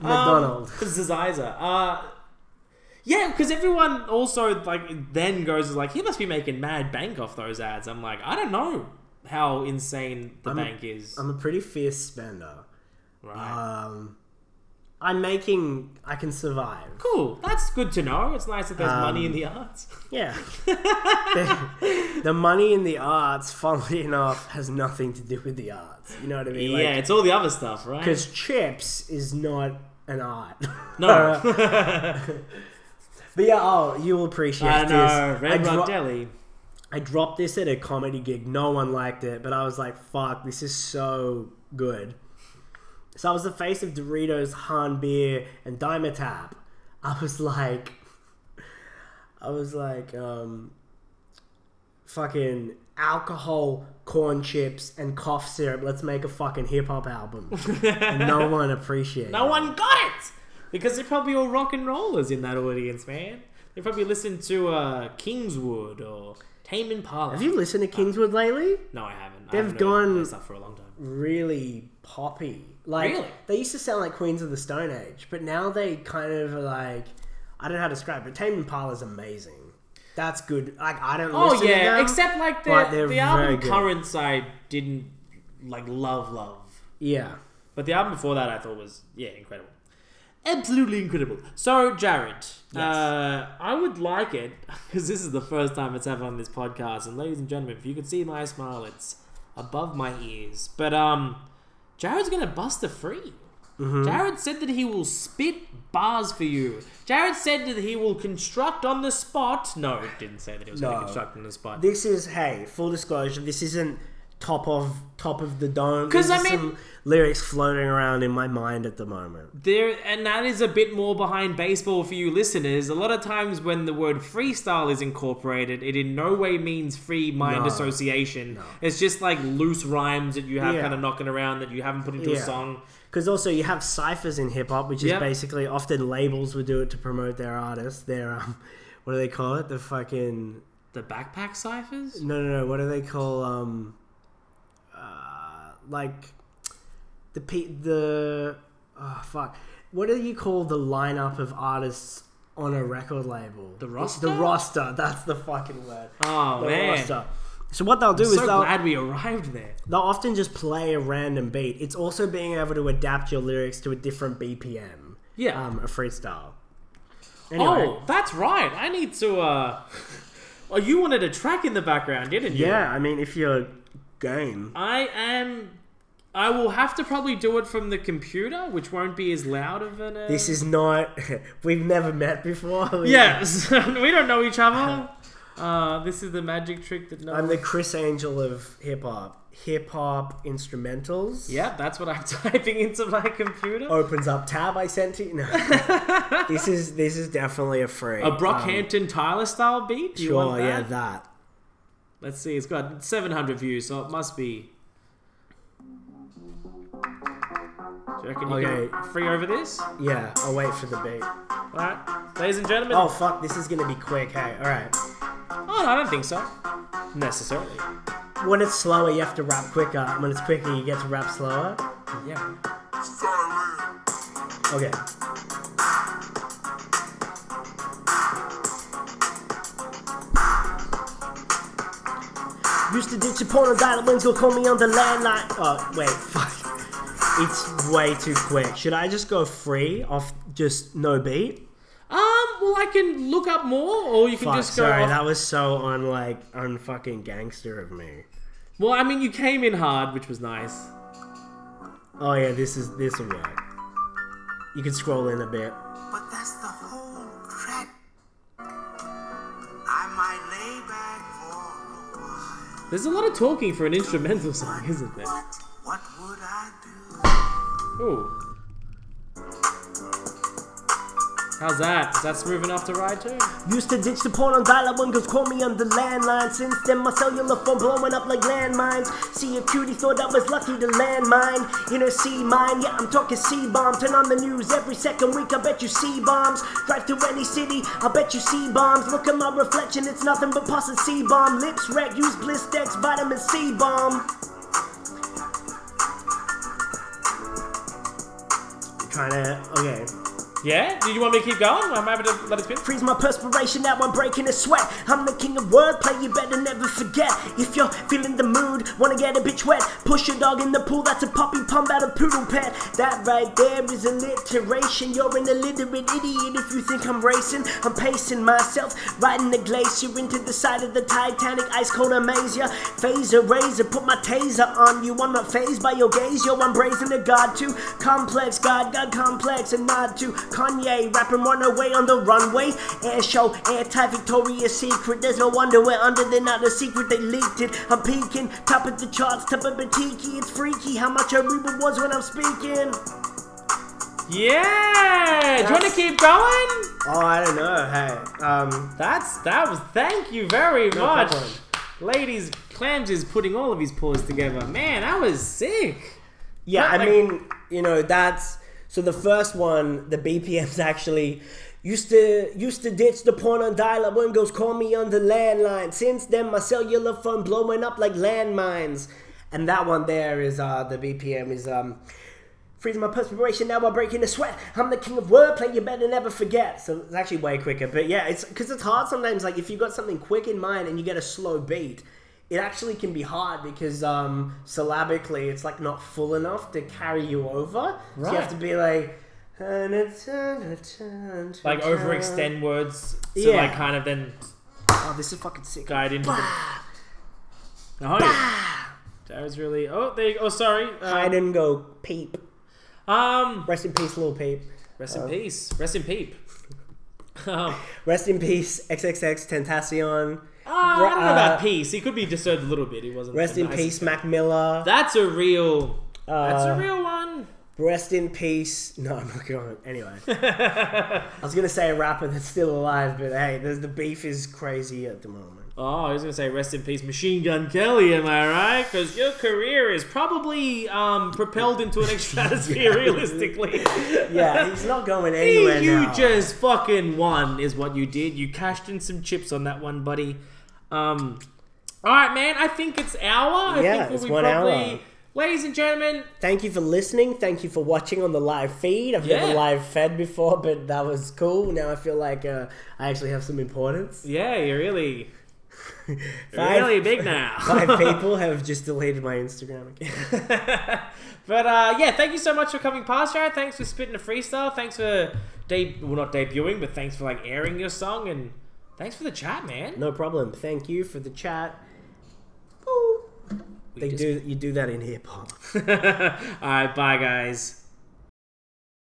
S2: McDonald."
S1: This is Isa. Uh yeah, because everyone also like then goes is like he must be making mad bank off those ads. I'm like, I don't know how insane the bank is.
S2: I'm a pretty fierce spender.
S1: right.
S2: Um, I'm making. I can survive.
S1: cool. That's good to know. It's nice that there's money in the
S2: Um,
S1: arts. [LAUGHS]
S2: Yeah. the, the money in the arts, funnily enough, has nothing to do with the arts. You know what I mean?
S1: yeah, it's all the other stuff, right?
S2: Because chips is not an art. [LAUGHS]
S1: no.
S2: uh,
S1: [LAUGHS]
S2: But yeah, oh, you'll appreciate
S1: I
S2: this.
S1: know,
S2: I,
S1: uh, Red
S2: dro-
S1: Rock Deli.
S2: I dropped this at a comedy gig. No one liked it, but I was like, fuck, this is so good. So I was the face of Doritos, Han Beer, and Dimetap. [LAUGHS] I was like, I was like, um, fucking alcohol, corn chips, and cough syrup. Let's make a fucking hip
S1: [LAUGHS]
S2: hop album. and no one appreciated
S1: No
S2: it.
S1: one got it because they're probably all rock and rollers in that audience, man. They probably listen to uh, Kingswood or Tame Impala.
S2: Have you listened to Kingswood lately?
S1: No, I haven't.
S2: They've
S1: I haven't
S2: gone-
S1: That stuff for a long time.
S2: Really poppy. Like
S1: Really?
S2: they used to sound like Queens of the Stone Age, but now they kind of are like I don't know how to describe it. Tame Impala's amazing. That's good. Like I don't.
S1: Oh
S2: listen to
S1: yeah,
S2: them,
S1: except like the
S2: but they're
S1: the
S2: very
S1: album
S2: good.
S1: Currents I didn't like love love,
S2: Yeah.
S1: but the album before that I thought was yeah incredible, absolutely incredible. So Jared, uh, I would like it [LAUGHS] because this is the first time it's ever on this podcast, and ladies and gentlemen, if you could see my smile, it's above my ears. But um, Jared's gonna bust a free.
S2: Mm-hmm.
S1: Jared said that he will spit bars for you. Jared said that he will construct on the spot. No, it didn't say that he was going
S2: No.
S1: to construct on the spot.
S2: This is hey, full disclosure. This isn't top of top of the dome.
S1: 'Cause,
S2: These
S1: I
S2: are
S1: mean-
S2: some lyrics floating around in my mind at the moment.
S1: There and that is a bit more behind baseball for you listeners. A lot of times when the word freestyle is incorporated, it in no way means free mind
S2: No.
S1: association. It's just like loose rhymes that you have
S2: Yeah.
S1: kind of knocking around that you haven't put into a
S2: Yeah.
S1: song.
S2: Because also you have ciphers in hip hop, which is
S1: Yep.
S2: basically often labels would do it to promote their artists. Their um, what do they call it? The fucking
S1: The backpack ciphers?
S2: no, no, no. What do they call um, uh, like the pe- the oh fuck. What do you call the lineup of artists on a record label? The
S1: roster?
S2: The roster. [LAUGHS] That's the fucking word.
S1: Oh
S2: the
S1: man.
S2: roster. So what they'll do is
S1: So
S2: they'll
S1: glad we arrived there.
S2: they'll often just play a random beat. It's also being able to adapt your lyrics to a different BPM.
S1: Yeah.
S2: Um, a freestyle. Anyway,
S1: Oh, that's right. I need to uh Oh, you wanted a track in the background, didn't you?
S2: yeah, I mean, if you're game.
S1: I am I will have to probably do it from the computer, which won't be as loud of an uh,
S2: This is not. [LAUGHS] We've never met before. [LAUGHS]
S1: Yes, [LAUGHS] we don't know each other. Uh, this is the magic trick that no.
S2: I'm the Chris Angel of hip hop. Hip hop instrumentals.
S1: yeah, that's what I'm [LAUGHS] typing into my computer.
S2: Opens up tab I sent to
S1: [LAUGHS]
S2: you. No. this is this is definitely a free.
S1: a Brockhampton Tyler style beat. Do you
S2: um, sure,
S1: want that?
S2: yeah, that.
S1: Let's see. It's got 700 views, so it must be. Do you reckon you
S2: Okay.
S1: can free over this? All
S2: Yeah, I'll wait for the beat.
S1: right, ladies and gentlemen.
S2: Oh fuck, this is gonna be quick. Hey, all right.
S1: Oh, no, I don't think so. Necessarily.
S2: When it's slower, you have to rap quicker. and When it's quicker, you get to rap slower.
S1: Yeah. Um,
S2: Okay. Used to ditch upon a dial when you'll call me on the landline. Oh, wait, [LAUGHS] fuck. It's way too quick. Should I just go free off just no beat?
S1: Um. Well, I can look up more, or you can
S2: Fuck,
S1: just go.
S2: sorry,
S1: off-
S2: that was so on like unfucking gangster of me.
S1: well, I mean, you came in hard, which was nice.
S2: Oh yeah, this is this will work. You can scroll in a bit.
S7: But that's the whole crap. I might lay back for a while.
S1: There's a lot of talking for an instrumental song, isn't there?
S7: What, what would I do?
S1: Ooh. How's that? Is that smooth enough to ride to?
S2: Used to ditch the porn on dial-up when girls call me on the landline. Since then, my cellular phone blowing up like landmines. See a cutie, thought I was lucky to land mine. You know, see mine, yeah, I'm talking C-bomb. Turn on the news every second week, I bet you see bombs. Drive through any city, I bet you see bombs. Look at my reflection, it's nothing but pus and C-bomb. Lips red, use Blistex, vitamin C-bomb. Trying to, okay.
S1: Yeah? Do you want me to keep going? I'm happy to let it spin.
S2: Freeze my perspiration, now I'm breaking a sweat. I'm the king of wordplay, you better never forget. If you're feeling the mood, wanna get a bitch wet, push your dog in the pool, that's a puppy pump out of poodle pet. That right there is alliteration. You're an illiterate idiot if you think I'm racing. I'm pacing myself, riding the glacier into the side of the Titanic, ice cold amaze ya. Phaser razor, put my taser on you. I'm not phased by your gaze, yo, I'm brazen to God too. Complex, God, God complex, and nod to Kanye, rapping runaway on the runway. Air show, anti Victoria's Secret. There's no wonder we're under, they're not a secret, they leaked it. I'm peeking, top of the charts, top of the tiki. It's freaky how much I Aruba was when I'm speaking.
S1: Yeah! Do you want to
S2: That's-
S1: keep going?
S2: Oh, I don't know, hey. Um,
S1: That's that was thank you very much.
S2: problem.
S1: Ladies, Clams is putting all of his paws together. Man, that was sick.
S2: Yeah,
S1: Not
S2: I
S1: like-
S2: mean, you know, that's so the first one, the BPM's [LAUGHS] actually Used to used to ditch the porn on dial-up when girls call me on the landline. Since then, my cellular phone blowing up like landmines. And that one there is uh the BPM is um freezing my perspiration. Now I'm breaking a sweat. I'm the king of wordplay. You better never forget. So it's actually way quicker. But yeah, it's because it's hard sometimes. Like if you got something quick in mind and you get a slow beat, it actually can be hard because um, syllabically it's like not full enough to carry you over. So you
S1: Right.
S2: have to be like. Like
S1: Like overextend words to
S2: Yeah.
S1: like kind of then
S2: Oh, this is fucking sick.
S1: guide into the. No, that was really. Oh, there you go. Oh, sorry.
S2: I
S1: Uh,
S2: didn't go peep.
S1: um,
S2: Rest in peace, little peep.
S1: rest
S2: Um,
S1: in peace. Rest in peep. [LAUGHS] Um,
S2: Rest in peace, XXX Tentacion.
S1: Ah, I don't know
S2: Uh,
S1: about peace. He could be disturbed a little bit. He wasn't.
S2: Rest
S1: the
S2: in
S1: nicest.
S2: peace, Mac Miller.
S1: That's a real. that's a
S2: Uh,
S1: real one.
S2: Rest in peace. [LAUGHS] No, I'm not going.
S1: [LAUGHS]
S2: Anyway, I was gonna say a rapper that's still alive, but hey, the, the beef is crazy at the moment.
S1: [LAUGHS] Oh, I was gonna say rest in peace, Machine Gun Kelly. Am I right? Because your career is probably um, propelled into an
S2: [LAUGHS]
S1: stratosphere. realistically, [LAUGHS]
S2: Yeah, he's not going
S1: you
S2: anywhere now.
S1: just fucking won, is what you did. You cashed in some chips on that one, buddy. Um, all right, man. I think it's hour. I
S2: Yeah,
S1: think we'll
S2: it's
S1: be
S2: one hour.
S1: Ladies and gentlemen,
S2: Thank you for listening. Thank you for watching on the live feed. I've never
S1: Yeah.
S2: live fed before, but that was cool. Now I feel like uh, I actually have some importance. [LAUGHS]
S1: yeah, you're really, you're
S2: Five-
S1: really big now.
S2: [LAUGHS]
S1: [LAUGHS]
S2: Five people have just deleted my Instagram account.
S1: but uh, yeah, thank you so much for coming past, Jared. Thanks for spitting a freestyle. Thanks for de- well, not debuting, but thanks for like airing your song and thanks for the chat, man.
S2: [LAUGHS]
S1: [LAUGHS]
S2: No problem. Thank you for the chat. Ooh. They
S1: just-
S2: do you do that in hip hop.
S1: All right, bye guys.